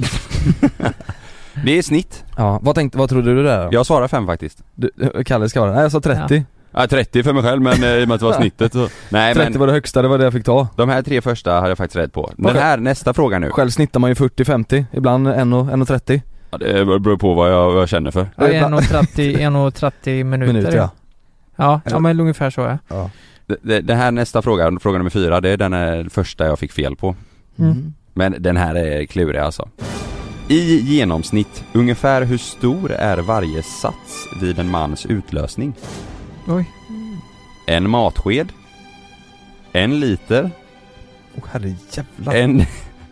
[SPEAKER 3] Det är snitt.
[SPEAKER 2] Ja, vad tänkte, vad trodde du där då?
[SPEAKER 3] Jag svarar fem faktiskt.
[SPEAKER 2] Du, Kalle ska vara, nej jag sa 30
[SPEAKER 3] Ja 30 för mig själv men eh, i och med att det var snittet så. Nej
[SPEAKER 2] 30
[SPEAKER 3] men
[SPEAKER 2] var det högsta, det var det jag fick ta
[SPEAKER 3] de här tre första hade jag faktiskt rätt på. Den
[SPEAKER 2] Okej.
[SPEAKER 3] här, nästa fråga nu.
[SPEAKER 2] Själv snittar man ju 40-50, ibland 1,30
[SPEAKER 3] Ja, det beror på vad jag, vad jag känner för.
[SPEAKER 1] Ja, 1.30 1.30 minuter.
[SPEAKER 3] Minuter, ja.
[SPEAKER 1] Ja, ja men ungefär så ja.
[SPEAKER 3] Det- det- Den här nästa fråga, fråga nummer fyra, det är den här första jag fick fel på.
[SPEAKER 1] Mm.
[SPEAKER 3] Men den här är klurig alltså. I genomsnitt, ungefär hur stor är varje sats vid en mans utlösning?
[SPEAKER 1] Oj.
[SPEAKER 3] En matsked? En liter?
[SPEAKER 2] Åh herrejävlar
[SPEAKER 3] En,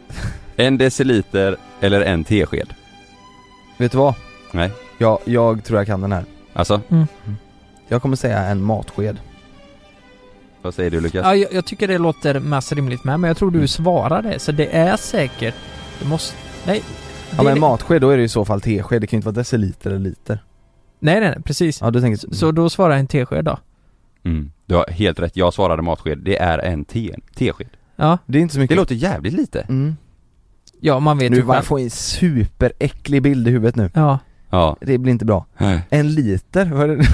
[SPEAKER 3] en deciliter eller en tesked?
[SPEAKER 2] Vet du vad?
[SPEAKER 3] Nej.
[SPEAKER 2] Jag, jag tror jag kan den här
[SPEAKER 3] Alltså,
[SPEAKER 2] Jag kommer säga en matsked
[SPEAKER 3] vad säger du Lukas?
[SPEAKER 1] ja jag, jag tycker det låter mest rimligt med, men jag
[SPEAKER 2] Mm.
[SPEAKER 1] tror du svarar det. Så det är säkert... Det måste... Nej.
[SPEAKER 2] Ja
[SPEAKER 1] det-
[SPEAKER 2] men matsked, då är det i så fall tesked, det kan ju inte vara deciliter eller liter
[SPEAKER 1] Nej, nej, nej, precis.
[SPEAKER 2] Ja du tänker
[SPEAKER 1] Så då svarar jag en tesked då.
[SPEAKER 3] Mm. Du har helt rätt, jag svarade matsked. Det är en te, tesked.
[SPEAKER 1] Ja.
[SPEAKER 2] Det är inte så mycket
[SPEAKER 3] Det låter jävligt lite.
[SPEAKER 2] Mm.
[SPEAKER 1] Ja, man vet
[SPEAKER 2] Nu
[SPEAKER 1] ju
[SPEAKER 2] man
[SPEAKER 1] själv.
[SPEAKER 2] får en superäcklig bild i huvudet nu
[SPEAKER 1] Ja.
[SPEAKER 3] Ja.
[SPEAKER 2] Det blir inte bra
[SPEAKER 3] Nej.
[SPEAKER 2] En liter? Vad är det?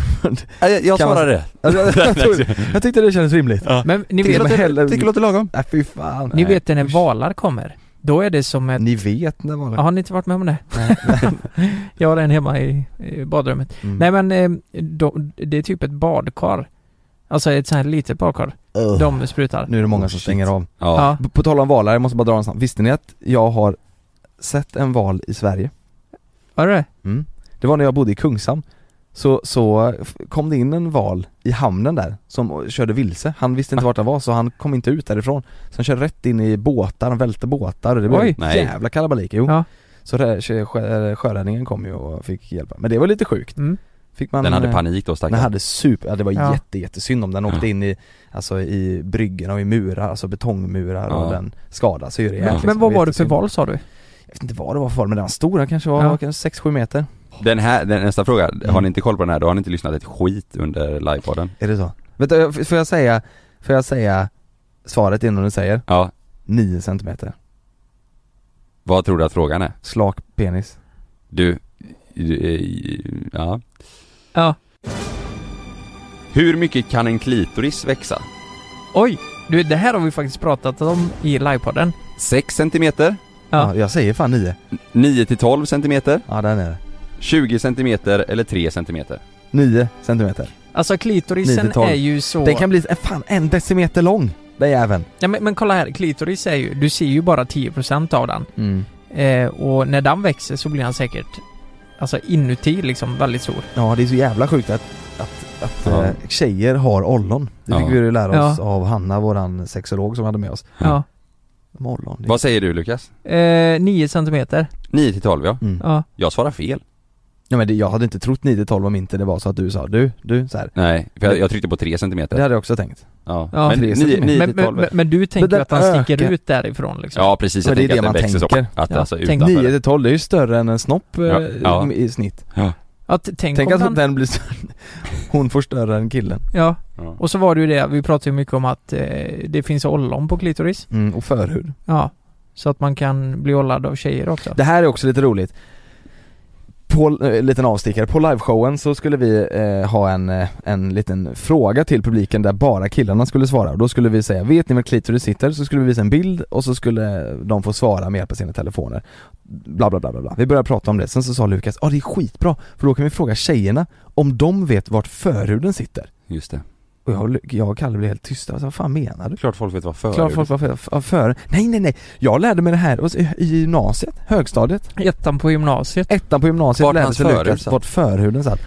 [SPEAKER 3] Jag, jag
[SPEAKER 2] Kan man-
[SPEAKER 3] svarade det.
[SPEAKER 2] Alltså, jag, jag, tror, jag tyckte det kändes rimligt
[SPEAKER 1] Men ni
[SPEAKER 2] Tycker
[SPEAKER 1] vet...
[SPEAKER 2] låter- Heller- tycker
[SPEAKER 3] låter lagom.
[SPEAKER 2] Nej fy fan
[SPEAKER 1] Ni vet när valar kommer. Då är det som ett...
[SPEAKER 2] Ni vet när valar
[SPEAKER 1] Ja, har ni inte varit med om det? jag har en hemma i, i badrummet.
[SPEAKER 2] Mm.
[SPEAKER 1] Nej men, eh, de, det är typ ett badkar. Alltså ett sånt här litet badkar.
[SPEAKER 2] Ugh.
[SPEAKER 1] De sprutar.
[SPEAKER 2] Nu är det många som stänger av
[SPEAKER 1] Ja.
[SPEAKER 2] På- På tal om valar, jag måste bara dra en snabb. Visste ni att jag har sett en val i Sverige?
[SPEAKER 1] Var det
[SPEAKER 2] Mm. Det var när jag bodde i Kungshamn. Så, så f- kom det in en val i hamnen där som körde vilse. Han visste
[SPEAKER 1] Ah.
[SPEAKER 2] inte vart han var så han kom inte ut därifrån. Så han körde rätt in i båtar, han välte båtar och det blev
[SPEAKER 1] Oj.
[SPEAKER 2] en
[SPEAKER 1] Nej.
[SPEAKER 2] jävla kalabalik. Jo.
[SPEAKER 1] Ja.
[SPEAKER 2] Så där, sjö, sjö- sjöräddningen kom ju och fick hjälpa. Men det var lite sjukt.
[SPEAKER 1] Mm.
[SPEAKER 2] Fick man,
[SPEAKER 3] Den hade
[SPEAKER 2] eh,
[SPEAKER 3] panik då
[SPEAKER 2] Den
[SPEAKER 3] stackaren.
[SPEAKER 2] hade super, ja, det var
[SPEAKER 1] Ja.
[SPEAKER 2] jätte, jättesynd om den åkte in i, alltså i bryggorna och i murar, alltså betongmurar och
[SPEAKER 3] Ja.
[SPEAKER 2] den skadade sig ju rejält liksom.
[SPEAKER 1] Men vad var det för
[SPEAKER 2] Jättesynd.
[SPEAKER 1] val sa du?
[SPEAKER 2] Jag vet inte vad det var för val, men den var stor, den kanske var
[SPEAKER 1] Ja.
[SPEAKER 2] kanske 6-7 meter
[SPEAKER 3] Den här, den, nästa fråga,
[SPEAKER 1] Mm.
[SPEAKER 3] har ni inte koll på den här då har ni inte lyssnat ett skit under livepodden.
[SPEAKER 2] Är det så? Vänta, jag- f- får jag säga, får jag säga svaret innan du säger?
[SPEAKER 3] Ja,
[SPEAKER 2] 9 centimeter,
[SPEAKER 3] vad tror du att frågan är?
[SPEAKER 2] slak penis
[SPEAKER 3] Du, du, eh, ja.
[SPEAKER 1] Ja.
[SPEAKER 3] Hur mycket kan en klitoris växa?
[SPEAKER 1] Oj! Du, det här har vi faktiskt pratat om i livepodden.
[SPEAKER 3] 6 centimeter?
[SPEAKER 1] Ja.
[SPEAKER 2] Jag säger fan 9
[SPEAKER 3] 9 till 12 centimeter?
[SPEAKER 2] Ja den är det
[SPEAKER 3] 20 centimeter eller 3 centimeter?
[SPEAKER 2] 9 centimeter,
[SPEAKER 1] Alltså klitorisen
[SPEAKER 2] 9-12
[SPEAKER 1] är ju så...
[SPEAKER 2] Den kan bli, eh, fan en decimeter lång, den jäveln
[SPEAKER 1] ja, men, men kolla här, klitoris är ju... Du ser ju bara 10% av den.
[SPEAKER 2] mm.
[SPEAKER 1] Eh, och när den växer så blir han säkert... Alltså inuti liksom väldigt stor.
[SPEAKER 2] Ja det är så jävla sjukt att, att, att
[SPEAKER 3] Ja.
[SPEAKER 2] eh, tjejer har ollon Det fick
[SPEAKER 3] Ja.
[SPEAKER 2] vi ju lära oss
[SPEAKER 1] Ja.
[SPEAKER 2] av Hanna, våran sexolog som hade med oss
[SPEAKER 1] Ja.
[SPEAKER 2] De har ollon, det är
[SPEAKER 3] Vad säger du Lukas?
[SPEAKER 1] Eh, 9 centimeter.
[SPEAKER 3] 9 till 12 ja.
[SPEAKER 2] Mm.
[SPEAKER 1] Ja.
[SPEAKER 3] Jag svarar fel.
[SPEAKER 2] Ja men det, jag hade inte trott 9-12 om inte det var så att du sa du, du så här.
[SPEAKER 3] Nej, för jag, jag tryckte på 3 centimeter.
[SPEAKER 2] Det hade jag också tänkt.
[SPEAKER 3] Ja,
[SPEAKER 1] Ja.
[SPEAKER 3] men
[SPEAKER 2] Tre
[SPEAKER 3] 9,
[SPEAKER 2] centimeter.
[SPEAKER 3] till
[SPEAKER 1] Men,
[SPEAKER 3] 12
[SPEAKER 1] men, men, men du tänker
[SPEAKER 2] den
[SPEAKER 1] ju att han sticker
[SPEAKER 2] ökar.
[SPEAKER 1] ut därifrån liksom?
[SPEAKER 3] Ja precis, jag
[SPEAKER 2] Men det är
[SPEAKER 3] tänker
[SPEAKER 2] det
[SPEAKER 3] att den
[SPEAKER 2] man
[SPEAKER 3] växer
[SPEAKER 2] tänker.
[SPEAKER 3] så. Att
[SPEAKER 1] Ja,
[SPEAKER 3] alltså
[SPEAKER 1] tänk-
[SPEAKER 3] utanför.
[SPEAKER 2] 9 till 12 det är ju större än en snopp eh,
[SPEAKER 3] Ja, ja.
[SPEAKER 2] i snitt.
[SPEAKER 1] Ja, t- tänk,
[SPEAKER 2] Tänk alltså
[SPEAKER 1] om
[SPEAKER 2] att
[SPEAKER 1] han...
[SPEAKER 2] den blir större. Hon får större än killen.
[SPEAKER 1] Ja.
[SPEAKER 3] Ja.
[SPEAKER 1] Och så var det ju det, vi pratade ju mycket om att eh, det finns ollon på klitoris.
[SPEAKER 2] Mm, och förhud.
[SPEAKER 1] Ja. Så att man kan bli ollad av tjejer också.
[SPEAKER 2] Det här är också lite roligt. På, eh, liten avstickare, på liveshowen så skulle vi eh, ha en, eh, en liten fråga till publiken där bara killarna skulle svara och då skulle vi säga Vet ni var klitoris sitter? Så skulle vi visa en bild och så skulle de få svara med hjälp av sina telefoner Bla bla bla bla, bla. Vi började prata om det, sen så sa Lukas Ja ah, det är skitbra, för då kan vi fråga tjejerna om de vet vart förhuden sitter
[SPEAKER 3] Just det.
[SPEAKER 2] Och jag, och Lu- jag och Kalle blev helt tysta, alltså, vad fan menar du?
[SPEAKER 3] Klart folk vet vad för.
[SPEAKER 2] Klart folk var för, för, för, nej nej nej! Jag lärde mig det här det var i i gymnasiet, högstadiet
[SPEAKER 1] Ettan på gymnasiet.
[SPEAKER 2] ettan på gymnasiet
[SPEAKER 3] Vart
[SPEAKER 2] lärde
[SPEAKER 3] hans
[SPEAKER 2] sig
[SPEAKER 3] förhud
[SPEAKER 2] Lukas
[SPEAKER 3] satt.
[SPEAKER 2] vart förhuden satt.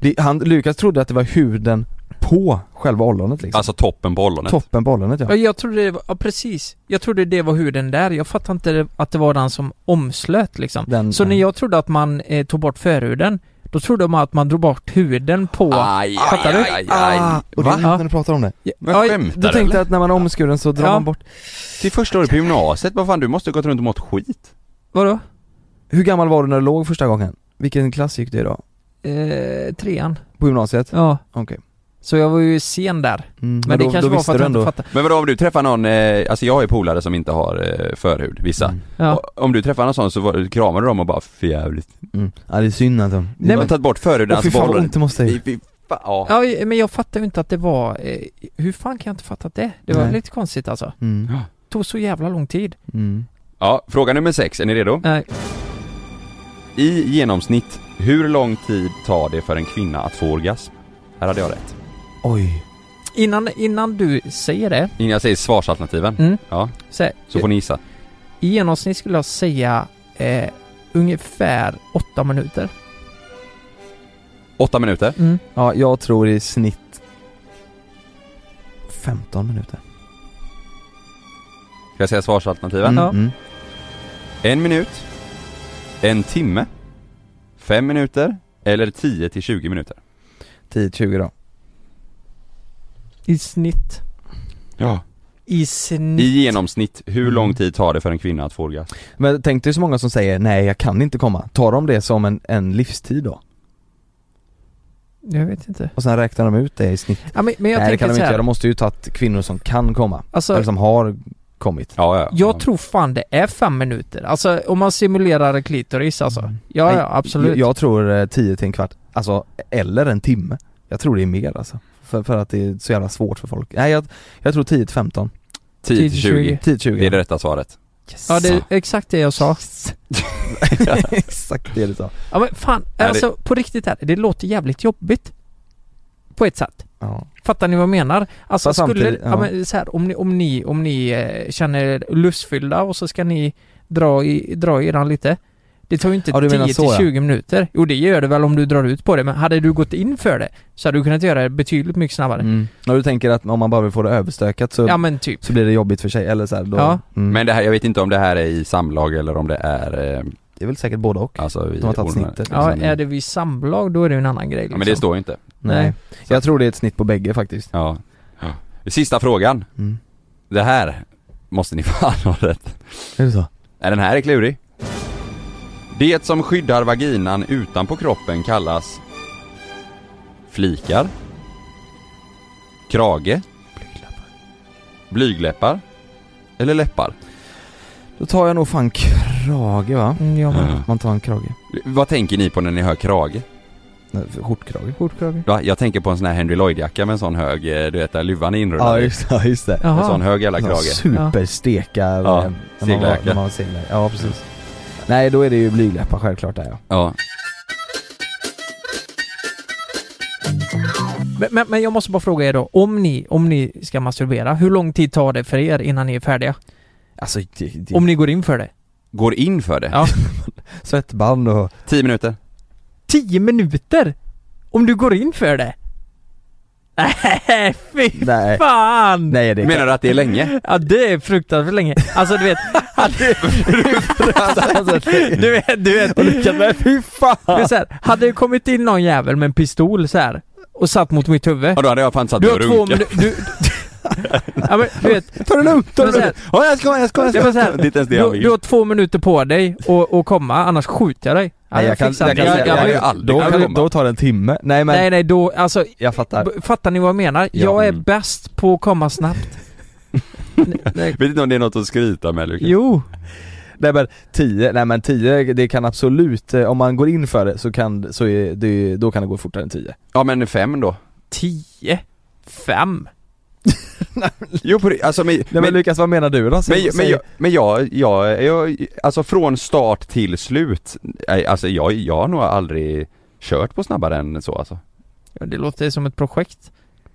[SPEAKER 2] Det, han, Lukas trodde att det var huden på själva ollonet liksom.
[SPEAKER 3] Alltså toppen på ollonet.
[SPEAKER 2] Toppen på ollonet
[SPEAKER 1] Ja,
[SPEAKER 2] ja.
[SPEAKER 1] jag trodde det var, ja, precis. Jag trodde det var huden där. Jag fattade inte det- att det var den som omslöt liksom.
[SPEAKER 2] Den,
[SPEAKER 1] Så när jag trodde att man eh, tog bort förhuden, då trodde man att man drog bort huden på...
[SPEAKER 3] Aj,
[SPEAKER 1] Fattar du?
[SPEAKER 3] aj, aj, aj.
[SPEAKER 2] Ah, och det är
[SPEAKER 3] Va?
[SPEAKER 2] nytt när du pratar om det.
[SPEAKER 1] Ja,
[SPEAKER 3] Men
[SPEAKER 1] ja,
[SPEAKER 3] skämtar
[SPEAKER 2] Du tänkte
[SPEAKER 3] eller?
[SPEAKER 2] att när man är omskuren så drar
[SPEAKER 1] Ja.
[SPEAKER 2] man bort.
[SPEAKER 3] Till första året på gymnasiet, vad fan du måste ha gått runt och mått skit.
[SPEAKER 1] Vadå?
[SPEAKER 2] Hur gammal var du när du låg första gången? Vilken klass gick du i då?
[SPEAKER 1] eh, trean.
[SPEAKER 2] På gymnasiet? Mm,
[SPEAKER 1] Ja.
[SPEAKER 2] Okej.
[SPEAKER 1] Så jag var ju sen där. men
[SPEAKER 3] Men
[SPEAKER 1] det
[SPEAKER 3] då-
[SPEAKER 1] kanske
[SPEAKER 3] då
[SPEAKER 1] var
[SPEAKER 3] visste
[SPEAKER 1] för att
[SPEAKER 3] du
[SPEAKER 1] jag inte
[SPEAKER 3] ändå.
[SPEAKER 1] fattade.
[SPEAKER 3] Men vadå om du träffar någon, eh, alltså jag har ju polare som inte har eh, förhud, vissa.
[SPEAKER 2] Mm.
[SPEAKER 1] Ja.
[SPEAKER 3] Och, om du träffar någon sån så var, kramar du dem och bara för jävligt.
[SPEAKER 2] Mm. Ja det är synd att de...
[SPEAKER 3] Nej, men... tagit bort förhuden, alltså
[SPEAKER 2] Åh, fy fan vad ont det måste ha
[SPEAKER 3] vi,
[SPEAKER 2] gjort.
[SPEAKER 3] vi, fa- ja.
[SPEAKER 1] Ja, men jag fattar ju inte att det var, eh, hur fan kan jag inte fatta det? Det var
[SPEAKER 3] Nej.
[SPEAKER 1] lite konstigt alltså.
[SPEAKER 2] Mm.
[SPEAKER 1] Tog så jävla lång tid.
[SPEAKER 3] ja, fråga nummer sex, är ni redo?
[SPEAKER 1] Nej.
[SPEAKER 3] I genomsnitt, hur lång tid tar det för en kvinna att få orgasm? Här hade jag rätt.
[SPEAKER 2] Oj.
[SPEAKER 1] Innan, innan du säger det,
[SPEAKER 3] Innan jag säger svarsalternativen,
[SPEAKER 1] Mm.
[SPEAKER 3] ja,
[SPEAKER 1] så, här,
[SPEAKER 3] så får ni gissa.
[SPEAKER 1] i genomsnitt skulle jag säga eh, ungefär åtta minuter.
[SPEAKER 3] Åtta minuter?
[SPEAKER 2] Ja, jag tror i snitt 15 minuter.
[SPEAKER 3] Ska jag säga svarsalternativen?
[SPEAKER 2] Mm, Ja. mm.
[SPEAKER 3] En minut, en timme, fem minuter eller 10 till 20 minuter.
[SPEAKER 2] 10-20 då.
[SPEAKER 1] I snitt.
[SPEAKER 3] Ja.
[SPEAKER 1] I snitt.
[SPEAKER 3] I genomsnitt, hur lång
[SPEAKER 1] Mm.
[SPEAKER 3] tid tar det för en kvinna att få orgasm?
[SPEAKER 2] Men tänk dig så många som säger nej jag kan inte komma. Tar de det som en, en livstid då?
[SPEAKER 1] Jag vet inte.
[SPEAKER 2] Och sen räknar de ut det i snitt.
[SPEAKER 1] Ja, men- men jag
[SPEAKER 2] nej det
[SPEAKER 1] tänker
[SPEAKER 2] kan de
[SPEAKER 1] så
[SPEAKER 2] inte
[SPEAKER 1] här.
[SPEAKER 2] göra, de måste ju tagit kvinnor som kan komma.
[SPEAKER 1] Alltså-
[SPEAKER 2] Eller som har kommit.
[SPEAKER 3] Ja, ja.
[SPEAKER 1] Jag tror fan det är fem minuter. Alltså om man simulerar klitoris alltså. Ja, ja absolut.
[SPEAKER 2] Mm. Jag, jag tror eh, 10 till en kvart, alltså eller en timme. Jag tror det är mer alltså. För, för att det är så jävla svårt för folk. Nej jag, jag tror 10 till 15.
[SPEAKER 3] 10 till 20.
[SPEAKER 2] 10 till 20.
[SPEAKER 3] Det är det rätta svarret.
[SPEAKER 1] Ja, det är exakt det jag sa.
[SPEAKER 2] Exakt det du sa.
[SPEAKER 1] Ja men fan,
[SPEAKER 3] Ja, det-
[SPEAKER 1] alltså på riktigt här, det låter jävligt jobbigt. På ett sätt.
[SPEAKER 2] Ja.
[SPEAKER 1] Fattar ni vad jag menar? Alltså
[SPEAKER 2] Fast
[SPEAKER 1] skulle,
[SPEAKER 2] samtidigt-
[SPEAKER 1] ja.
[SPEAKER 2] ja.
[SPEAKER 1] men så här, om ni, om ni, om ni eh, känner er lustfyllda och så ska ni dra i, dra i den lite. Det tar ju inte
[SPEAKER 2] Ja, du menar
[SPEAKER 1] 10
[SPEAKER 2] så,
[SPEAKER 1] till
[SPEAKER 2] ja. Mm.
[SPEAKER 1] 20 minuter. Jo det gör det väl om du drar ut på det men hade du gått in för det så hade du kunnat göra det betydligt mycket snabbare.
[SPEAKER 2] Mm. Och du tänker att om man bara vill få det överstökat så,
[SPEAKER 1] Ja, men typ.
[SPEAKER 2] så blir det jobbigt för sig eller så här, då, mm.
[SPEAKER 1] Ja.
[SPEAKER 3] Men det här, jag vet inte om det här är i samlag eller om det är... Eh,
[SPEAKER 2] Det är väl säkert både och.
[SPEAKER 3] Alltså, i
[SPEAKER 2] De har tagit
[SPEAKER 3] ordnar-
[SPEAKER 2] snittet, liksom.
[SPEAKER 1] Ja, är det vid samlag då är det ju en annan grej
[SPEAKER 3] Ja,
[SPEAKER 1] liksom.
[SPEAKER 3] men det står ju inte.
[SPEAKER 2] Nej. Jag tror det är ett snitt på bägge faktiskt.
[SPEAKER 3] Ja. Sista frågan.
[SPEAKER 2] Mm.
[SPEAKER 3] Det här måste ni fan ha rätt.
[SPEAKER 2] Är det så?
[SPEAKER 3] Nej, den här är klurig. Det som skyddar vaginan utanpå kroppen kallas flikar, krage, blygläppar eller läppar.
[SPEAKER 2] Då tar jag nog fan krage va?
[SPEAKER 1] Mm, jag
[SPEAKER 3] med.
[SPEAKER 2] Man tar en krage.
[SPEAKER 3] Vad tänker ni på när ni hör krage?
[SPEAKER 2] Nej, för- Skjortkrage.
[SPEAKER 1] Skjortkrage.
[SPEAKER 3] Va? Jag tänker på en sån här Henry Lloyd-jacka med en sån hög, eh, du vet där luvan är inrullad
[SPEAKER 2] Ja
[SPEAKER 3] i.
[SPEAKER 2] just, ja, just det.
[SPEAKER 3] En sån hög jävla
[SPEAKER 2] Sån
[SPEAKER 3] krage.
[SPEAKER 1] Alltså.
[SPEAKER 2] Superstekar. eh, när
[SPEAKER 3] Ja,
[SPEAKER 2] man var-
[SPEAKER 3] seglarjacka.
[SPEAKER 2] när man var seglar. Ja precis. Nej då är det ju blygläppar självklart där ja.
[SPEAKER 3] Ja.
[SPEAKER 1] Men, men, men jag måste bara fråga er då, om ni, om ni ska masturbera, hur lång tid tar det för er innan ni är färdiga?
[SPEAKER 2] Alltså det, det...
[SPEAKER 1] Om ni går in för det?
[SPEAKER 3] Går in för det?
[SPEAKER 1] Ja.
[SPEAKER 2] Svettband och...
[SPEAKER 3] 10 minuter.
[SPEAKER 1] 10 minuter? Om du går in för det? Nej, fy
[SPEAKER 2] Nej.
[SPEAKER 1] fan!
[SPEAKER 2] Nej det
[SPEAKER 3] Menar du att det är länge?
[SPEAKER 1] Ja det är fruktansvärt länge. Alltså du vet, hade, du vet, du vet.
[SPEAKER 2] Men fy fan!
[SPEAKER 1] Det är så här, hade det kommit in någon jävel med en pistol så här och satt mot mitt huvud.
[SPEAKER 3] Ja, då hade jag fan satt
[SPEAKER 1] Du
[SPEAKER 3] mig
[SPEAKER 1] har
[SPEAKER 3] och
[SPEAKER 1] två
[SPEAKER 3] runkat.
[SPEAKER 1] minuter, du... Ja men du vet,
[SPEAKER 2] Ta det lugnt, ta det
[SPEAKER 1] Men så här-
[SPEAKER 2] lugnt! Ja jag skojar, jag skojar, jag
[SPEAKER 1] Jag
[SPEAKER 2] skojar!
[SPEAKER 1] bara så här,
[SPEAKER 3] Det är inte ens det jag
[SPEAKER 1] du,
[SPEAKER 3] vill.
[SPEAKER 1] du har två minuter på dig och, och komma, annars skjuter jag dig. Ja,
[SPEAKER 2] Nej, jag kan,
[SPEAKER 1] fixar
[SPEAKER 2] jag
[SPEAKER 1] det.
[SPEAKER 2] kan, jag,
[SPEAKER 3] jag har
[SPEAKER 2] jag,
[SPEAKER 3] ju aldrig
[SPEAKER 2] då,
[SPEAKER 3] kunnat
[SPEAKER 2] kan-
[SPEAKER 3] komma.
[SPEAKER 2] då tar det en timme. Nej men,
[SPEAKER 1] Nej nej då, alltså
[SPEAKER 2] jag fattar.
[SPEAKER 1] b- Fattar ni vad jag menar?
[SPEAKER 2] Ja.
[SPEAKER 1] Jag är
[SPEAKER 3] Mm.
[SPEAKER 1] bäst på att komma snabbt. Nej, nej.
[SPEAKER 3] Vet inte om det är något att skryta med Lukas?
[SPEAKER 1] Jo!
[SPEAKER 2] Nej men 10, nej men 10 det kan absolut, eh, om man går in för det så kan, så är det, då kan det gå fortare än 10.
[SPEAKER 3] Ja men fem då?
[SPEAKER 1] Tio? Fem?
[SPEAKER 3] Jo på det, alltså men,
[SPEAKER 2] Nej men,
[SPEAKER 3] men, men,
[SPEAKER 2] Lukas vad menar du då? Säg,
[SPEAKER 3] men,
[SPEAKER 2] säg-
[SPEAKER 3] jag, men jag, jag, jag, alltså från start till slut, nej, alltså jag, jag har nog aldrig kört på snabbare än så alltså.
[SPEAKER 1] Ja, det låter som ett projekt.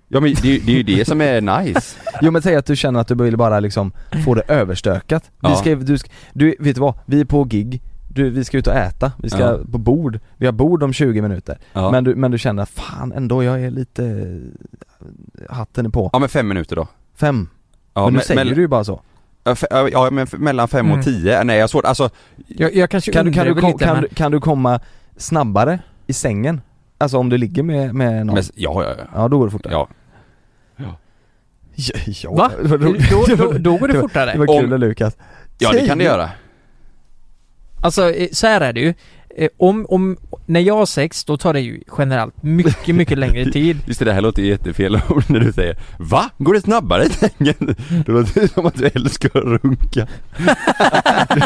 [SPEAKER 3] Ja men det, det är ju det som är nice.
[SPEAKER 2] Jo men säg att du känner att du vill bara liksom få det överstökat. Vi
[SPEAKER 3] Ja.
[SPEAKER 2] ska, du ska, du, vet du vad? Vi är på gig, du, vi ska ut och äta, vi ska
[SPEAKER 3] Ja.
[SPEAKER 2] på bord, vi har bord om 20 minuter.
[SPEAKER 3] Ja.
[SPEAKER 2] Men, du, men du känner fan ändå, jag är lite, eh, hatten är på.
[SPEAKER 3] Ja men fem minuter då.
[SPEAKER 2] Fem.
[SPEAKER 3] Ja,
[SPEAKER 2] men nu
[SPEAKER 3] men-
[SPEAKER 2] säger
[SPEAKER 3] men-
[SPEAKER 2] du ju bara så.
[SPEAKER 3] Ja, fe- Ja men f- mellan fem och
[SPEAKER 1] Mm.
[SPEAKER 3] tio, nej jag har svårt, alltså
[SPEAKER 1] Jag, jag kanske
[SPEAKER 2] Kan du, kan, du,
[SPEAKER 1] undrar
[SPEAKER 2] kom,
[SPEAKER 1] lite,
[SPEAKER 2] kan,
[SPEAKER 1] men-
[SPEAKER 2] du, kan du komma snabbare i sängen? Alltså om du ligger med, med någon?
[SPEAKER 3] men, ja, ja, ja.
[SPEAKER 2] Ja då går det fortare.
[SPEAKER 3] ja.
[SPEAKER 2] Ja, ja.
[SPEAKER 1] Va? Då, då, då går det
[SPEAKER 2] var-
[SPEAKER 1] fortare?
[SPEAKER 2] Det var kul
[SPEAKER 3] Om-
[SPEAKER 2] det Lukas.
[SPEAKER 3] ja det kan
[SPEAKER 2] Tio.
[SPEAKER 3] det göra.
[SPEAKER 8] Alltså eh, så här är det ju. Eh, Om, om, när jag har sex då tar det ju generellt mycket, mycket längre tid.
[SPEAKER 3] Just det, det här låter ju jättefel ord när du säger Va? Går det snabbare i sängen? Det låter ju som att du älskar att runka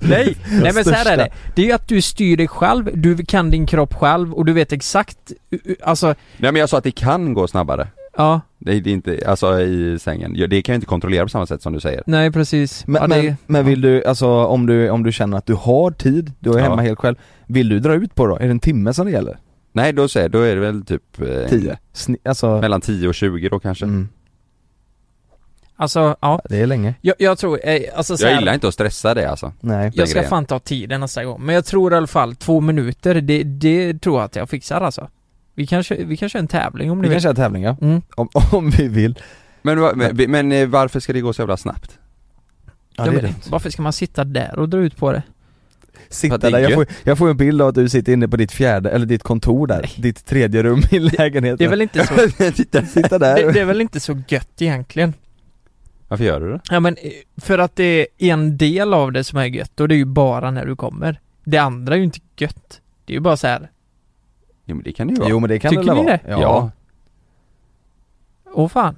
[SPEAKER 8] Nej,
[SPEAKER 3] Den
[SPEAKER 8] nej men så här är
[SPEAKER 3] största.
[SPEAKER 8] det. Det är ju att du styr dig själv, du kan din kropp själv och du vet exakt, u- u- alltså,
[SPEAKER 3] Nej men jag sa att det kan gå snabbare
[SPEAKER 8] ja,
[SPEAKER 3] Det är inte, alltså i sängen, Ja, det kan jag inte kontrollera på samma sätt som du säger
[SPEAKER 8] nej precis.
[SPEAKER 2] Men,
[SPEAKER 8] ja, det,
[SPEAKER 2] men, men vill du, alltså om du, om du känner att du har tid, du är
[SPEAKER 3] Ja.
[SPEAKER 2] hemma helt själv, vill du dra ut på då? Är det en timme som det gäller?
[SPEAKER 3] Nej då säger, då är det väl typ eh,
[SPEAKER 2] Tio? Mm. Sni, alltså,
[SPEAKER 3] Mellan 10 och 20 då kanske
[SPEAKER 8] alltså ja.
[SPEAKER 2] det är länge.
[SPEAKER 8] Jag, jag tror, eh, alltså så
[SPEAKER 3] Jag
[SPEAKER 8] här,
[SPEAKER 3] gillar inte att stressa det alltså
[SPEAKER 2] Nej.
[SPEAKER 8] Jag ska fan ta tiden nästa gång. Men jag tror i alla fall två minuter, det, det tror jag att jag fixar alltså. Vi kan, kö- vi kan köra en tävling om ni
[SPEAKER 2] Vi kan
[SPEAKER 8] vill.
[SPEAKER 2] köra tävling ja,
[SPEAKER 8] Mm.
[SPEAKER 2] om, om vi vill.
[SPEAKER 3] men, va- men, men eh, varför ska det gå så jävla snabbt?
[SPEAKER 2] Ja,
[SPEAKER 8] Ja,
[SPEAKER 2] det är
[SPEAKER 8] men
[SPEAKER 2] rätt.
[SPEAKER 8] varför ska man sitta där och dra ut på det?
[SPEAKER 2] Sitta
[SPEAKER 3] det är
[SPEAKER 2] där, jag
[SPEAKER 3] gött.
[SPEAKER 2] får, jag får en bild av att du sitter inne på ditt fjärde, eller ditt kontor där, ditt tredje rum i lägenheten.
[SPEAKER 8] Det är väl inte så,
[SPEAKER 3] Titta,
[SPEAKER 2] Sitta där.
[SPEAKER 8] det, det är väl inte så gött egentligen?
[SPEAKER 3] Varför gör du det?
[SPEAKER 8] Ja men eh, för att det är en del av det som är gött och det är ju bara när du kommer. Det andra är ju inte gött. Det är ju bara så här.
[SPEAKER 3] Jo men det kan det ju vara
[SPEAKER 2] Jo men det kan
[SPEAKER 8] Tycker
[SPEAKER 2] det väl
[SPEAKER 8] ni
[SPEAKER 2] vara?
[SPEAKER 8] det?
[SPEAKER 3] Ja,
[SPEAKER 8] åh fan.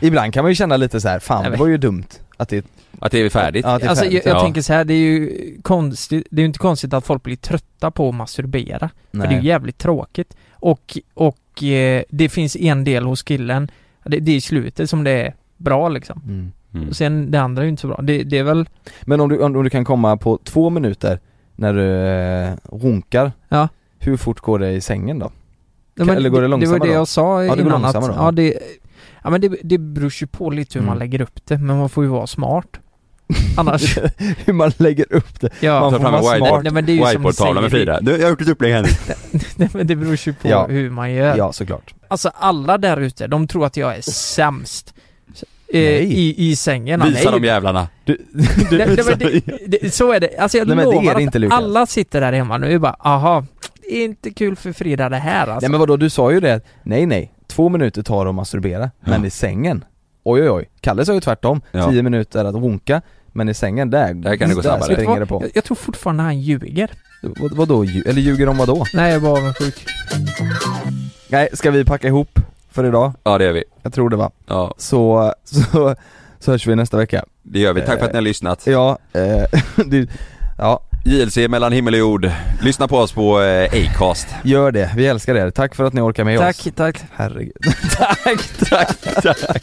[SPEAKER 2] Ibland kan man ju känna lite så här, fan
[SPEAKER 8] Nej,
[SPEAKER 2] det
[SPEAKER 8] men-
[SPEAKER 2] var ju dumt att det,
[SPEAKER 3] att det är färdigt
[SPEAKER 2] ja, att det är
[SPEAKER 8] Alltså
[SPEAKER 2] färdigt.
[SPEAKER 8] jag, jag
[SPEAKER 3] ja.
[SPEAKER 8] tänker så här, det är ju konstigt, det är ju inte konstigt att folk blir trötta på att masturbera. För det är ju
[SPEAKER 2] Nej.
[SPEAKER 8] jävligt tråkigt. Och, och eh, det finns en del hos killen, det, det är i slutet som det är bra liksom.
[SPEAKER 2] Mm.
[SPEAKER 3] Mm.
[SPEAKER 8] Och sen det andra är ju inte så bra. Det, det är väl,
[SPEAKER 2] Men om du, om, om du kan komma på två minuter när du eh, runkar,
[SPEAKER 8] Ja.
[SPEAKER 2] hur fort går det i sängen då?
[SPEAKER 8] Nej,
[SPEAKER 2] eller går det långsammare
[SPEAKER 8] Det var det
[SPEAKER 2] då?
[SPEAKER 8] jag sa
[SPEAKER 2] Ja, det går
[SPEAKER 8] innan att,
[SPEAKER 2] långsammare då.
[SPEAKER 8] ja det, ja men det, det beror ju på lite hur
[SPEAKER 2] Mm.
[SPEAKER 8] man lägger upp det, men man får ju vara smart. Annars,
[SPEAKER 2] hur man lägger upp det?
[SPEAKER 8] ja.
[SPEAKER 2] Man
[SPEAKER 3] Ta
[SPEAKER 2] får
[SPEAKER 3] fram en
[SPEAKER 2] vara
[SPEAKER 3] whiteboard.
[SPEAKER 2] smart.
[SPEAKER 8] Nej men det är ju som du
[SPEAKER 3] Whiteboard-tavlan med
[SPEAKER 8] säger,
[SPEAKER 3] Frida, du, jag har gjort ett upplägg här nu
[SPEAKER 8] Nej, men det beror ju på
[SPEAKER 2] Ja.
[SPEAKER 8] hur man gör.
[SPEAKER 2] Ja såklart.
[SPEAKER 8] Alltså alla där ute, de tror att jag är sämst eh,
[SPEAKER 2] Nej.
[SPEAKER 8] i, i sängen.
[SPEAKER 3] Visa de jävlarna
[SPEAKER 2] Du,
[SPEAKER 8] Nej, nej, men
[SPEAKER 3] visar-
[SPEAKER 8] det, det, Så är det. Alltså jag
[SPEAKER 2] Nej, men det är
[SPEAKER 8] lovar
[SPEAKER 2] det
[SPEAKER 8] att
[SPEAKER 2] inte, Lukas.
[SPEAKER 8] alla sitter där hemma nu och bara aha, det är inte kul för Frida det här alltså.
[SPEAKER 2] Nej men vadå, du sa ju det att, nej nej, två minuter tar det att masturbera, men i sängen, oj oj oj. Kalle sa ju tvärtom,
[SPEAKER 3] Ja.
[SPEAKER 2] tio minuter att runka, men i sängen där,
[SPEAKER 3] Där kan det gå
[SPEAKER 2] där
[SPEAKER 3] snabbare.
[SPEAKER 2] springer det på.
[SPEAKER 8] jag, jag tror fortfarande han ljuger.
[SPEAKER 2] Vad, vadå, lju- eller ljuger de vadå?
[SPEAKER 8] Nej jag var avundsjuk.
[SPEAKER 2] Nej, ska vi packa ihop för idag?
[SPEAKER 3] Ja det gör vi,
[SPEAKER 2] Jag tror det va?
[SPEAKER 3] ja
[SPEAKER 2] Så, så, så hörs vi nästa vecka.
[SPEAKER 3] det gör vi, tack för att ni har lyssnat
[SPEAKER 2] Ja, eh, det, ja,
[SPEAKER 3] JLC mellan himmel och jord, lyssna på oss på eh, Acast
[SPEAKER 2] gör det. Vi älskar er. Tack för att ni orkar med oss.
[SPEAKER 8] Tack, tack.
[SPEAKER 2] Herregud.
[SPEAKER 3] Tack, tack, tack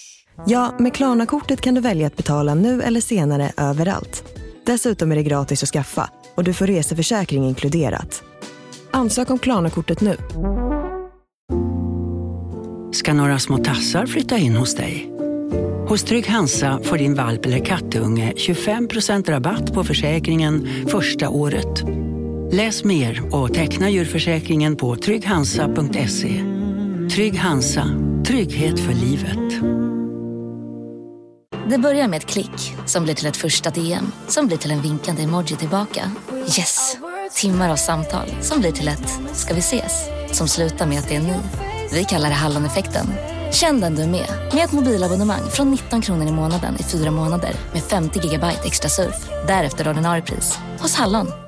[SPEAKER 5] Ja, med Klarna-kortet kan du välja att betala nu eller senare överallt. Dessutom är det gratis att skaffa och du får reseförsäkring inkluderat. Ansök om Klarna-kortet nu.
[SPEAKER 1] ska några små tassar flytta in hos dig. Hos Trygg Hansa får din valp eller kattunge 25% rabatt på försäkringen första året. Läs mer och teckna djurförsäkringen på trygghansa.se. Trygg Hansa, trygghet för livet.
[SPEAKER 10] Det börjar med ett klick som blir till ett första DM som blir till en vinkande emoji tillbaka. Yes! Timmar av samtal som blir till ett “ska vi ses?” som slutar med att det är ni. Vi kallar det Halloneffekten. Känn den du är med, med ett mobilabonnemang från 19 kronor i månaden i fyra månader med 50 gigabyte extra surf. Därefter ordinarie pris, hos Hallon.